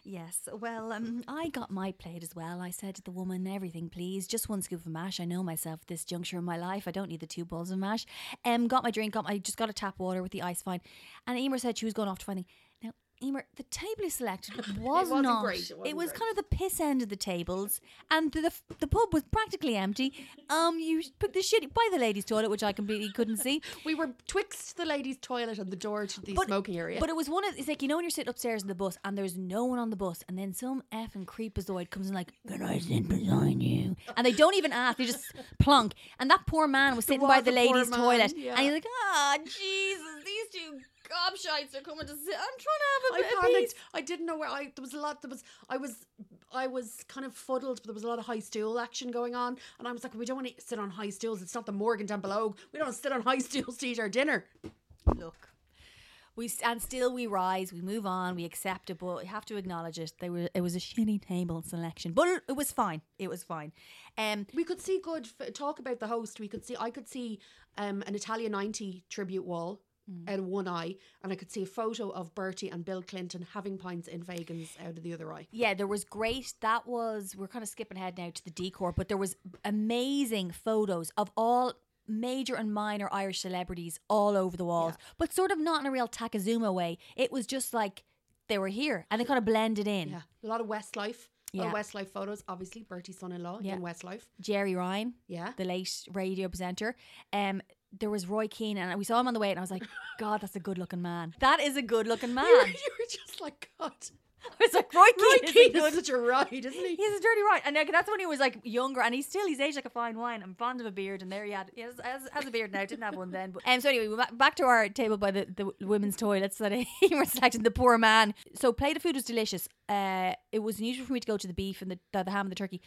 Speaker 3: Yes. Well, um, I got my plate as well. I said to the woman, "Everything, please. Just one scoop of mash. I know myself at this juncture in my life. I don't need the two bowls of mash." Um, got my drink. Got my just got a tap water with the ice fine. And Emer said she was going off to find the- now. Emer, the table
Speaker 2: (laughs)
Speaker 3: you selected was
Speaker 2: wasn't
Speaker 3: not.
Speaker 2: great, it wasn't
Speaker 3: was
Speaker 2: great.
Speaker 3: kind of the piss end of the tables, and the, the the pub was practically empty. Um, you put the shitty by the ladies' toilet, which I completely couldn't see.
Speaker 2: we were twixt the ladies toilet and the door to the smoking area
Speaker 3: But it was one of it's like you know when you're sitting upstairs in the bus and there's no one on the bus and then some effing creepazoid comes in like can I sit beside you and they don't even ask they just (laughs) plonk and that poor man was sitting by
Speaker 2: was
Speaker 3: the
Speaker 2: a poor
Speaker 3: ladies'
Speaker 2: man,
Speaker 3: toilet
Speaker 2: yeah.
Speaker 3: and he's like ah Jesus these two gobshites are coming to sit I'm trying to have a
Speaker 2: I
Speaker 3: bit of
Speaker 2: panicked.
Speaker 3: peace."
Speaker 2: I didn't know where I. There was a lot. There was. I was. I was kind of fuddled, but there was a lot of high stool action going on, and I was like, "We don't want to sit on high stools. It's not the Morgan down below. We don't sit on high (laughs) stools to eat our dinner."
Speaker 3: look. We s- and still we rise, we move on, we accept it, but we have to acknowledge it. They were it was a shitty table selection, but it was fine. It was fine. Um,
Speaker 2: We could see good f- talk about the host. We could see. I could see um, an Italian ninety tribute wall. Out of one eye, and I could see a photo of Bertie and Bill Clinton having pints in Vegans out of the other eye.
Speaker 3: Yeah, there was great. That was we're kind of skipping ahead now to the decor, but there was amazing photos of all major and minor Irish celebrities all over the walls, but sort of not in a real Takazuma way. It was just like they were here and they kind of blended in.
Speaker 2: Yeah, a lot of Westlife. A lot of
Speaker 3: Yeah.
Speaker 2: Westlife photos. Obviously, Bertie's son-in-law
Speaker 3: Yeah.
Speaker 2: in Westlife.
Speaker 3: Jerry Ryan,
Speaker 2: Yeah. (laughs)
Speaker 3: the late radio presenter. Um, there was Roy Keane, and we saw him on the way, and I (laughs) was like, God, that's a good looking man. That is a good (laughs) looking man.
Speaker 2: You were, you were just like,
Speaker 3: (laughs)
Speaker 2: God,
Speaker 3: I was like, Roy Keane,
Speaker 2: Roy
Speaker 3: is a
Speaker 2: Keane
Speaker 3: good
Speaker 2: is such a ride, isn't
Speaker 3: (laughs)
Speaker 2: he?
Speaker 3: He's a dirty right, and like, that's when he was like younger, and he's still he's aged like a fine wine. I'm fond of a beard, and there he had he has, has, has a beard now. Didn't have one then. But um, so anyway, we're back- back to our table by the, the women's toilets that (laughs) he was selecting the poor man. So plate of food was delicious. Uh, it was unusual for me to go to the beef and the the, the ham and the turkey,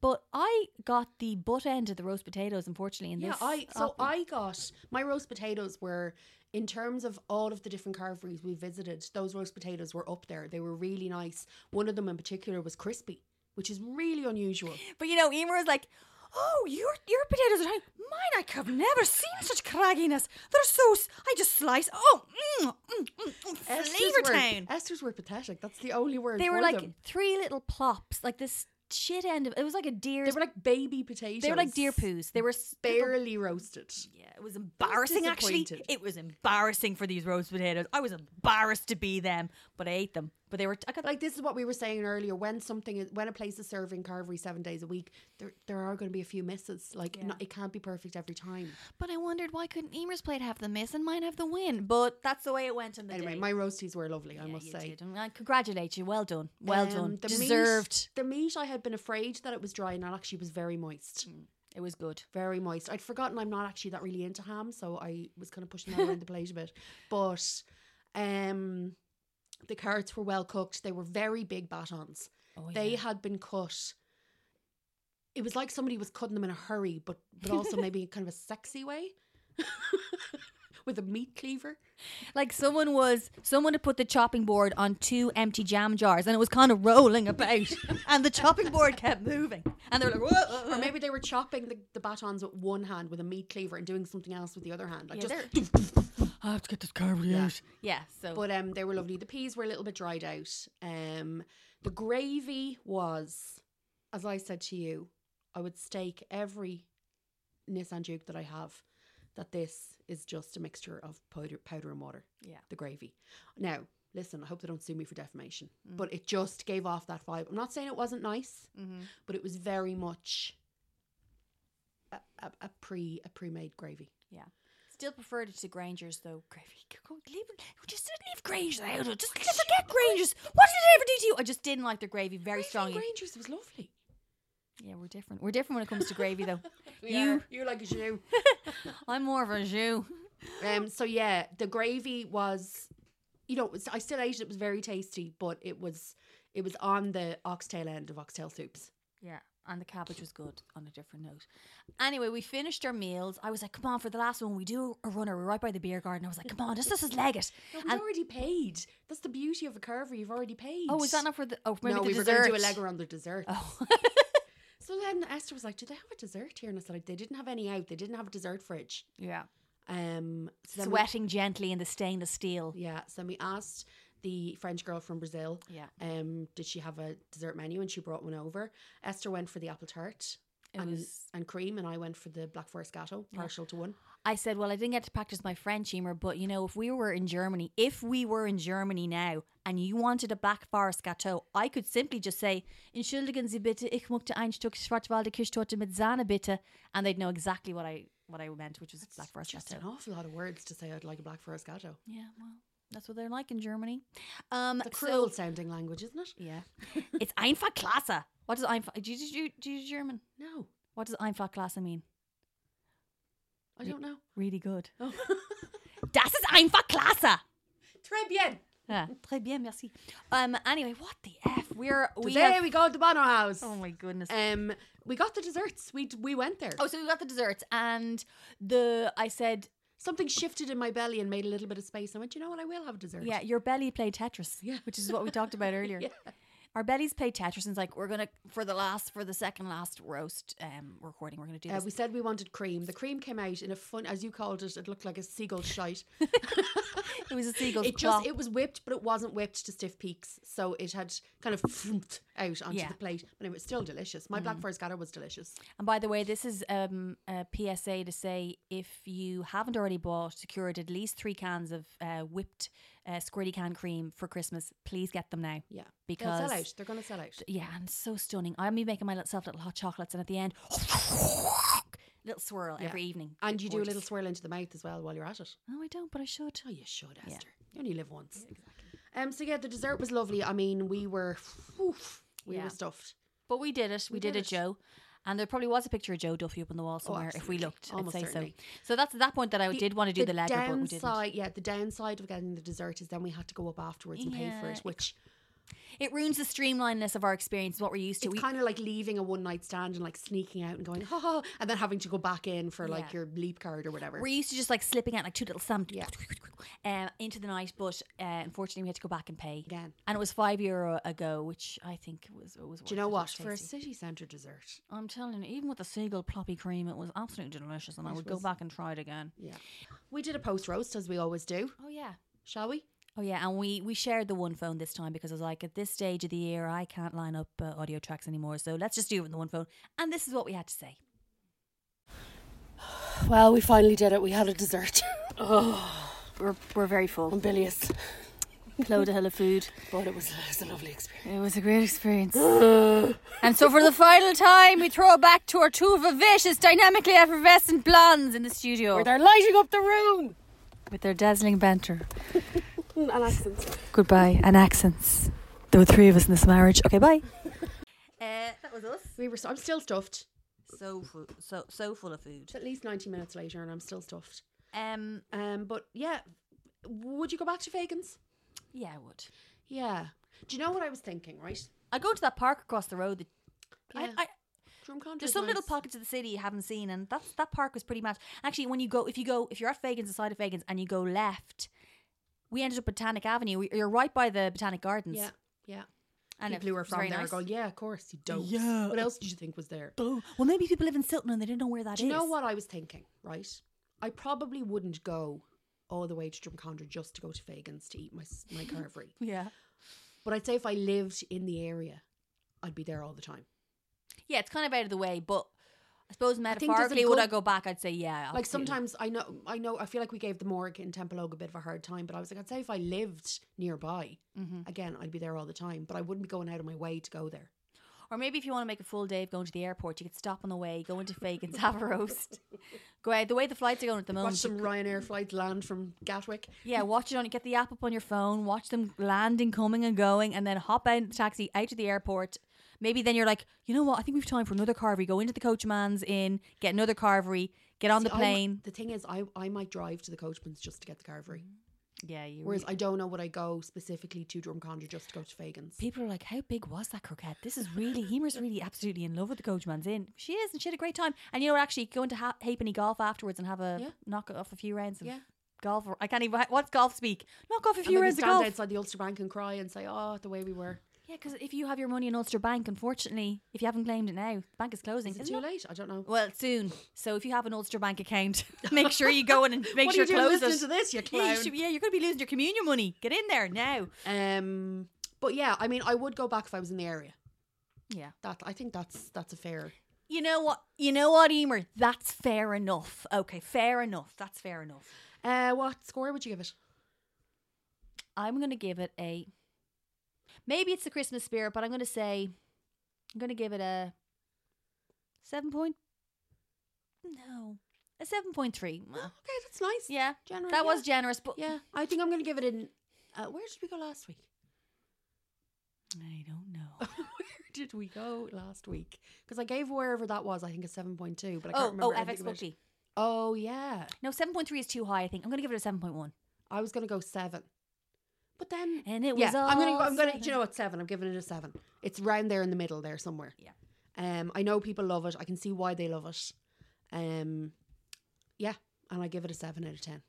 Speaker 3: But I got the butt end of the roast potatoes, unfortunately. In
Speaker 2: Yeah,
Speaker 3: this,
Speaker 2: I so
Speaker 3: op-
Speaker 2: I got my roast potatoes were in terms of all of the different carveries we visited, those roast potatoes were up there. They were really nice. One of them in particular was crispy, which is really
Speaker 3: (gasps)
Speaker 2: unusual.
Speaker 3: But you know, Emer is like, "Oh, your your potatoes are tiny. Mine, I have never seen such cragginess. They're so. s- I just slice. Oh, mm, mm, mm, mm, flavor
Speaker 2: were,
Speaker 3: town.
Speaker 2: Esther's were pathetic. That's the only word.
Speaker 3: They were
Speaker 2: for
Speaker 3: like
Speaker 2: them.
Speaker 3: three little plops, like this shit end of. It was like a deer.
Speaker 2: they were like baby potatoes.
Speaker 3: They were like deer poos. They were s-
Speaker 2: barely roasted.
Speaker 3: Yeah, it was embarrassing. actually,
Speaker 2: disappointed.
Speaker 3: it was embarrassing for these roast potatoes. I was embarrassed to be them, but I ate them. But they were. I got
Speaker 2: Like this is what we were saying earlier. When something, is, when a place is serving carvery seven days a week, there there are going to be a few misses. Like not, it can't be perfect every time.
Speaker 3: But I wondered why couldn't Emer's plate have the miss and mine have the win? But that's the way it went on the
Speaker 2: Anyway,
Speaker 3: day.
Speaker 2: my roasties were lovely. I
Speaker 3: Yeah,
Speaker 2: must
Speaker 3: you
Speaker 2: say.
Speaker 3: did. And I congratulate you. Well done. Well
Speaker 2: Um,
Speaker 3: done.
Speaker 2: the meat-
Speaker 3: Deserved.
Speaker 2: the meat, I had been afraid that it was dry, and it actually was very moist.
Speaker 3: It was good.
Speaker 2: Very moist. I'd forgotten I'm not actually that really into ham, so I was kind of pushing that around the plate a bit. But um, the carrots were well cooked. They were very big batons. They had been cut. It was like somebody was cutting them in a hurry, but but also maybe in kind of a sexy way, (laughs) with a meat cleaver.
Speaker 3: Like someone was someone had put the chopping board on two empty jam jars and it was kind of rolling about (laughs) and the chopping board kept moving. And they were like, whoa.
Speaker 2: Or maybe they were chopping the, the batons with one hand with a meat cleaver and doing something else with the other hand. Like just
Speaker 3: they're-
Speaker 4: I have to get this carvery yeah. out.
Speaker 3: Yeah, so
Speaker 2: But um, they were lovely. The peas were a little bit dried out. Um, the gravy was, as I said to you, I would stake every Nissan Duke that I have that this is just a mixture of powder, powder and water.
Speaker 3: Yeah.
Speaker 2: the gravy. Now, listen, I hope they don't sue me for defamation, but it just gave off that vibe. I'm not saying it wasn't nice, but it was very much a, a, a pre a pre made gravy.
Speaker 3: yeah. Still preferred it to Granger's though. Gravy, go- leave it. Just leave Granger's out. of- Just, just forget Granger's. What did it ever do to you? I just didn't like their gravy very strongly.
Speaker 2: Granger's was lovely.
Speaker 3: Yeah, we're different. We're different when it comes to gravy (laughs) though.
Speaker 2: You
Speaker 3: you,
Speaker 2: you like a Jew.
Speaker 3: I'm more of a jus.
Speaker 2: Um, so yeah, the gravy was, you know, it was, I still ate it. It was very tasty, but it was it was on the oxtail end of oxtail soups.
Speaker 3: Yeah, and the cabbage was good on a different note. Anyway, we finished our meals. I was like, come on, for the last one, we do a runner. We're right by the beer garden. I was like, come on, this, this is
Speaker 2: (laughs)
Speaker 3: Leggett.
Speaker 2: we already paid. That's the beauty of a carver. You've already paid.
Speaker 3: Oh, is that not for the. Oh, maybe
Speaker 2: no,
Speaker 3: the
Speaker 2: we
Speaker 3: dessert. Oh.
Speaker 2: were going to do a leg on the dessert. (laughs) so then Esther was like, "Do they have a dessert here?" And I said, like, "They didn't have any out. They didn't have a dessert fridge."
Speaker 3: Yeah.
Speaker 2: Um, so then we-
Speaker 3: Sweating gently in the stainless steel.
Speaker 2: Yeah. So then we asked the French girl from Brazil.
Speaker 3: Yeah.
Speaker 2: Um, did she have a dessert menu? And she brought one over. Esther went for the apple tart and
Speaker 3: was-
Speaker 2: and cream, and I went for the black forest gatto, partial to one.
Speaker 3: I said, well, I didn't get to practice my French, Emer, but you know, if we were in Germany, if we were in Germany now and you wanted a Black Forest Gâteau, I could simply just say, Entschuldigen Sie bitte, ich möchte ein Stück Schwarzwälder Kirschtorte mit Sahne bitte. And they'd know exactly what I what I meant, which was Black Forest
Speaker 2: Just
Speaker 3: Gâteau.
Speaker 2: an awful lot of words to say. I'd like a black forest gatto.
Speaker 3: Yeah, well, that's what they're like in Germany. Um,
Speaker 2: The
Speaker 3: so,
Speaker 2: cruel (laughs) sounding language, isn't it?
Speaker 3: yeah, it's einfach klasse. What does einfach? Do you, do you do you German?
Speaker 2: No,
Speaker 3: What does einfach klasse mean?
Speaker 2: I don't know.
Speaker 3: Really good. das ist einfach klasse.
Speaker 2: (laughs) Très bien.
Speaker 3: Yeah, très bien, merci. Um, anyway, what the f? We're we
Speaker 2: Today
Speaker 3: have-
Speaker 2: we go to the Bono House.
Speaker 3: oh my goodness.
Speaker 2: Um, we got the desserts. We d- we went there.
Speaker 3: oh, so we got the desserts and the I said,
Speaker 2: Something shifted in my belly and made a little bit of space. I went, you know what? I will have a dessert. (laughs)
Speaker 3: yeah, your belly played Tetris.
Speaker 2: Yeah.
Speaker 3: which is what we
Speaker 2: (laughs)
Speaker 3: talked about earlier. Our bellies played Tetris and it's like we're gonna for the last for the second last roast um recording we're gonna do
Speaker 2: Uh,
Speaker 3: this.
Speaker 2: we said we wanted cream. The cream came out in a fun, as you called it, it looked like a seagull shite.
Speaker 3: it was a
Speaker 2: (laughs)
Speaker 3: seagull's
Speaker 2: it
Speaker 3: claw.
Speaker 2: just, it was whipped, but it wasn't whipped to stiff peaks. So it had kind of frumped out onto
Speaker 3: Yeah.
Speaker 2: the plate. But it was still delicious. My black forest gatter was delicious.
Speaker 3: And by the way, this is um, a PSA to say if you haven't already bought, secured at least three cans of uh, whipped uh, squirty can cream for Christmas, please get them now.
Speaker 2: Yeah.
Speaker 3: Because.
Speaker 2: They'll sell out. They're going to sell out.
Speaker 3: Yeah, and it's so stunning. I'm be making myself little hot chocolates, and at the end, (laughs) little swirl every
Speaker 2: Yeah.
Speaker 3: evening.
Speaker 2: And you do a
Speaker 3: Gorgeous.
Speaker 2: little swirl into the mouth as well while you're at it.
Speaker 3: No, I don't, but I should.
Speaker 2: Oh, you should, Esther. You only live once. Um. So yeah, the dessert was lovely. I mean, we were, oof, we
Speaker 3: Yeah.
Speaker 2: were stuffed.
Speaker 3: But we did it. We, did,
Speaker 2: did
Speaker 3: a
Speaker 2: it. Oh,
Speaker 3: Joe. And there probably was a picture of Joe Duffy up on the wall somewhere if we
Speaker 2: absolutely.
Speaker 3: looked.
Speaker 2: Almost
Speaker 3: I'd say
Speaker 2: certainly.
Speaker 3: so. So that's at that point that I did want to do the, ledger, but we didn't.
Speaker 2: downside, yeah, the downside of getting the dessert is then we had to go up afterwards and pay for
Speaker 3: Yeah,
Speaker 2: it,
Speaker 3: it-
Speaker 2: which
Speaker 3: It ruins the streamlinedness of our experience, what we're used to.
Speaker 2: It's
Speaker 3: We-
Speaker 2: kind of like leaving a one night stand and like sneaking out and going, ha ha, and then having to go back in for like
Speaker 3: Yeah.
Speaker 2: your leap card or whatever.
Speaker 3: we're used to just like slipping out like two little stamps
Speaker 2: Yeah.
Speaker 3: (sniffs) um, into the night, but uh, unfortunately we had to go back and pay
Speaker 5: Oh,
Speaker 2: Again.
Speaker 3: And it was five euro ago, which I think was was.
Speaker 2: Do you know what? For a city centre dessert.
Speaker 3: I'm telling you, even with the seagull ploppy cream, it was absolutely delicious, and I would go back and try it again.
Speaker 5: (gasps)
Speaker 2: Yeah. We did a post roast as we always do,
Speaker 3: Oh yeah.
Speaker 2: shall we?
Speaker 3: Oh yeah, and we we shared the one phone this time because I was like, at this stage of the year, I can't line up uh, audio tracks anymore, so let's just do it in the one phone. And this is what we had to say.
Speaker 5: Well, we finally did it. We had a dessert. (laughs) Oh,
Speaker 6: We're, we're very
Speaker 3: (laughs)
Speaker 6: full.
Speaker 5: Bilious.
Speaker 6: Load a hill of food.
Speaker 5: But it was, it was a lovely
Speaker 2: (sighs)
Speaker 5: experience.
Speaker 6: It was a great
Speaker 3: (gasps)
Speaker 6: experience. (laughs) and so, for the final time, we throw back to our two vivacious, dynamically effervescent blondes in the studio
Speaker 5: They're lighting up the room.
Speaker 6: with their dazzling banter.
Speaker 5: And accents.
Speaker 6: Goodbye and accents. There were three of us in this marriage. Okay, bye.
Speaker 3: Uh, that was us.
Speaker 2: We were. So, I'm still stuffed.
Speaker 3: So fu- so so full of food.
Speaker 2: It's at least 90 minutes later and I'm still stuffed.
Speaker 3: Um,
Speaker 2: Um, But yeah, would you go back to Fagan's?
Speaker 3: yeah, I would.
Speaker 2: Yeah. Do you know what I was thinking, right?
Speaker 3: I go to that park across the road. That
Speaker 2: Yeah.
Speaker 3: I, I,
Speaker 2: Drumcondra.
Speaker 3: there's
Speaker 2: is
Speaker 3: some little
Speaker 2: nice.
Speaker 3: pockets of the city you haven't seen, and that's that park was pretty much actually when you go if you go if you're at Fagan's, the side of Fagan's, and you go left. We ended up Botanic Avenue. We- You're right by the Botanic Gardens.
Speaker 2: Yeah. Yeah.
Speaker 3: and
Speaker 2: And
Speaker 3: it
Speaker 2: People who were
Speaker 3: was
Speaker 2: from
Speaker 3: very
Speaker 2: there
Speaker 3: nice.
Speaker 2: go, yeah, of course, you don't.
Speaker 4: Yeah.
Speaker 2: What else did you think was there?
Speaker 3: Oh, well, maybe people live in Silton and they don't know where that is.
Speaker 2: Do you know what I was thinking, right? I probably wouldn't go all the way to Drumcondra just to go to Fagan's to eat my, s-
Speaker 3: (laughs)
Speaker 2: my carvery.
Speaker 3: Yeah,
Speaker 2: but I'd say if I lived in the area, I'd be there all the time.
Speaker 3: yeah, it's kind of out of the way, but I suppose
Speaker 2: there's a
Speaker 3: metaphorically, would I
Speaker 2: good-
Speaker 3: go back? I'd say yeah.
Speaker 2: Like
Speaker 3: absolutely.
Speaker 2: sometimes I know, I know, I feel like we gave the morgue in Temple Oak a bit of a hard time, but I was like, I'd say if I lived nearby,
Speaker 3: Mm-hmm.
Speaker 2: again, I'd be there all the time, but I wouldn't be going out of my way to go there.
Speaker 3: Or maybe if you want to make a full day of going to the airport, you could stop on the way, go into Fagan's, have a (laughs) roast. Go out. The way the flights are going at the moment.
Speaker 2: Watch some Ryanair flights land from Gatwick.
Speaker 3: (laughs) yeah, watch it on. Get the app up on your phone. Watch them landing, coming, and going, and then hop out in the taxi out to the airport. Maybe then you're like, you know what? I think we've time for another carvery. Go into the coachman's inn, get another carvery, get on the
Speaker 2: See, I-
Speaker 3: plane.
Speaker 2: the thing is, I, I might drive to the coachman's just to get the carvery.
Speaker 3: yeah, you.
Speaker 2: Whereas I don't know would I go specifically to Drumcondra just to go to Fagan's.
Speaker 3: people are like, how big was that croquette? This is really, Emer's really absolutely in love with the coachman's inn. She is, and she had a great time. And you know, what, actually going to ha- Halfpenny Golf afterwards and have a
Speaker 2: Yeah.
Speaker 3: knock off a few rounds of
Speaker 2: Yeah.
Speaker 3: golf. Or, I can't even, (laughs) what's golf speak? Knock off a
Speaker 2: And
Speaker 3: few
Speaker 2: maybe
Speaker 3: rounds of
Speaker 2: stand
Speaker 3: golf.
Speaker 2: outside the Ulster Bank and cry and say, oh, the way we were.
Speaker 3: Yeah, because if you have your money in Ulster Bank, unfortunately, if you haven't claimed it now, the bank is closing.
Speaker 2: Is it
Speaker 3: isn't
Speaker 2: too
Speaker 3: it?
Speaker 2: late? I don't know.
Speaker 3: Well, soon. So if you have an Ulster
Speaker 2: (laughs)
Speaker 3: Bank account, (laughs) make sure you go in and (laughs) make
Speaker 2: What are
Speaker 3: sure
Speaker 2: you doing
Speaker 3: close
Speaker 2: listening
Speaker 3: it.
Speaker 2: to this,
Speaker 3: (laughs)
Speaker 2: you
Speaker 3: Yeah,
Speaker 2: clown?
Speaker 3: should- yeah, you're going to be losing your communion money. Get in there now.
Speaker 2: Um, but yeah, I mean, I would go back if I was in the area.
Speaker 3: Yeah.
Speaker 2: That I think that's that's a fair.
Speaker 3: You know what? You know what, Emer? That's fair enough. Okay, fair enough. That's fair enough.
Speaker 2: Uh, what score would you give it?
Speaker 3: I'm going to give it a. Maybe it's the Christmas spirit, but I'm going to say, I'm going to give it a seven point. No, a seven point three.
Speaker 2: Okay, that's nice.
Speaker 3: Yeah,
Speaker 2: Generous,
Speaker 3: That was
Speaker 2: yeah.
Speaker 3: generous, but
Speaker 2: yeah. I think I'm going to give it an. Uh, where did we go last week? (laughs)
Speaker 3: I don't know.
Speaker 2: where did we go last week? Because I gave wherever that was. I think a seven point two, but I can't
Speaker 3: Oh, oh,
Speaker 2: remember. anything
Speaker 3: FX
Speaker 2: about it.
Speaker 3: Bookie.
Speaker 2: Oh yeah,
Speaker 3: No, seven point three is too high. I think I'm going to give it a seven point one.
Speaker 2: I was going to go seven. But then,
Speaker 3: And it
Speaker 2: yeah,
Speaker 3: was
Speaker 2: I'm gonna,
Speaker 3: all
Speaker 2: I'm gonna. Do
Speaker 3: seven.
Speaker 2: you know what? Seven. I'm giving it a seven. It's round there in the middle, there somewhere.
Speaker 3: Yeah.
Speaker 2: Um, I know people love it. I can see why they love it. Um, yeah, and I give it a seven out of ten.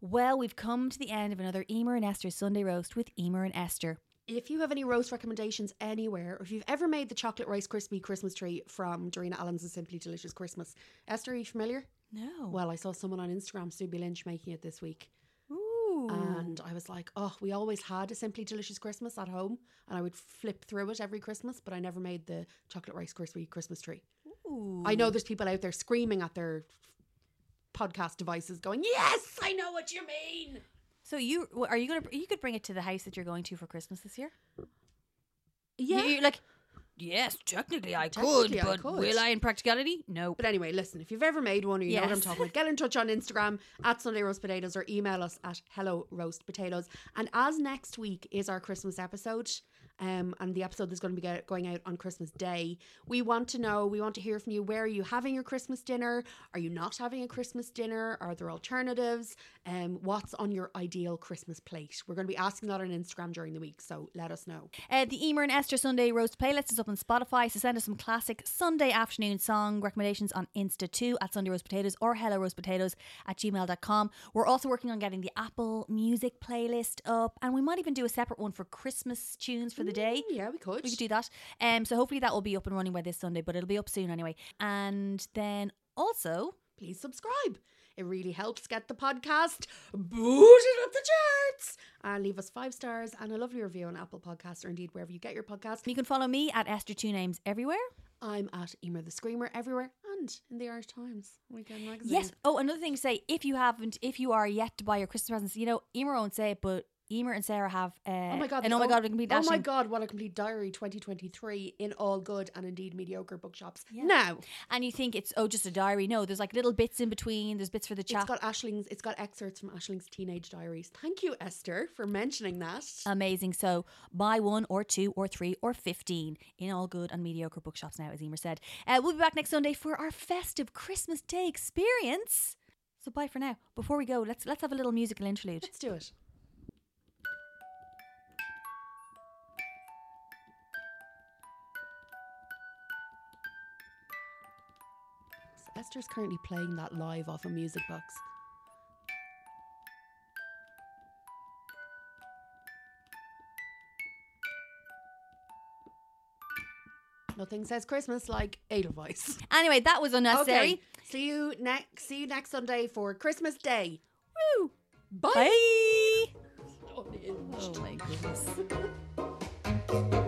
Speaker 3: Well, we've come to the end of another Emer and Esther Sunday roast with Emer and Esther.
Speaker 2: If you have any roast recommendations anywhere, or if you've ever made the chocolate rice crispy Christmas tree from Dorina Allen's A Simply Delicious Christmas, Esther, are you familiar?
Speaker 3: No.
Speaker 2: Well, I saw someone on Instagram, Subi Lynch, making it this week.
Speaker 3: Ooh.
Speaker 2: And I was like, oh, we always had a Simply Delicious Christmas at home, and I would flip through it every Christmas, but I never made the chocolate rice crispy Christmas tree. I know there's people out there screaming at their podcast devices, going, "Yes, I know what you mean."
Speaker 3: So you well, are you gonna you could bring it to the house that you're going to for Christmas this year?
Speaker 2: Yeah.
Speaker 3: You, are like, yes, technically I
Speaker 2: Technically
Speaker 3: could,
Speaker 2: I
Speaker 3: but
Speaker 2: could."
Speaker 3: will I in practicality? No.
Speaker 2: But anyway, listen, if you've ever made one or you know what I'm
Speaker 3: Yes.
Speaker 2: talking about, get in touch on Instagram at Sunday Roast Potatoes or email us at Hello Roast Potatoes. And as next week is our Christmas episode, um, and the episode is going to be go- going out on Christmas Day. We want to know, we want to hear from you. Where are you having your Christmas dinner? Are you not having a Christmas dinner? Are there alternatives? Um, what's on your ideal Christmas plate? We're going to be asking that on Instagram during the week, so let us know.
Speaker 3: Uh, the Emer and Esther Sunday Roast playlist is up on Spotify, so send us some classic Sunday afternoon song recommendations on Insta too at Sunday Roast Potatoes or hello roast potatoes at gmail.com. We're also working on getting the Apple Music playlist up, and we might even do a separate one for Christmas tunes for the day.
Speaker 2: yeah, we could.
Speaker 3: We could do that. Um, so hopefully that will be up and running by this Sunday, but it'll be up soon anyway. And then also,
Speaker 2: please subscribe. It really helps get the podcast booted up the charts. And leave us five stars and a lovely review on Apple Podcasts or indeed wherever you get your podcast.
Speaker 3: you can follow me at Esther Two Names everywhere.
Speaker 2: I'm at Emer the Screamer everywhere and in the Irish Times weekend magazine.
Speaker 3: Yes. Oh, another thing to say: if you haven't, if you are yet to buy your Christmas presents, you know, Emer won't say it, but Emer and Sarah have. Uh,
Speaker 2: Oh my god!
Speaker 3: And
Speaker 2: the-
Speaker 3: oh my god, we can be
Speaker 2: Oh my
Speaker 3: dashing.
Speaker 2: god! What a complete diary 2023 in all good and indeed mediocre bookshops. Now
Speaker 3: And you think it's oh just a diary? No, there's like little bits in between. There's bits for the
Speaker 2: it's
Speaker 3: chat.
Speaker 2: got Ashling's. It's got excerpts from Ashling's teenage diaries. Thank you, Esther, for mentioning that.
Speaker 3: Amazing. So buy one or two or three or fifteen in all good and mediocre bookshops now, as Emer said. Uh, we'll be back next Sunday for our festive Christmas Day experience. So bye for now. Before we go, let's let's have a little
Speaker 2: (laughs)
Speaker 3: musical interlude.
Speaker 2: Let's do it. So Esther's currently playing that live off a music box. Nothing says Christmas like Edelweiss.
Speaker 3: Anyway, that was unnecessary.
Speaker 2: Okay. See you next. See you next Sunday for Christmas Day.
Speaker 3: Woo.
Speaker 2: Bye.
Speaker 3: Bye. Oh my goodness.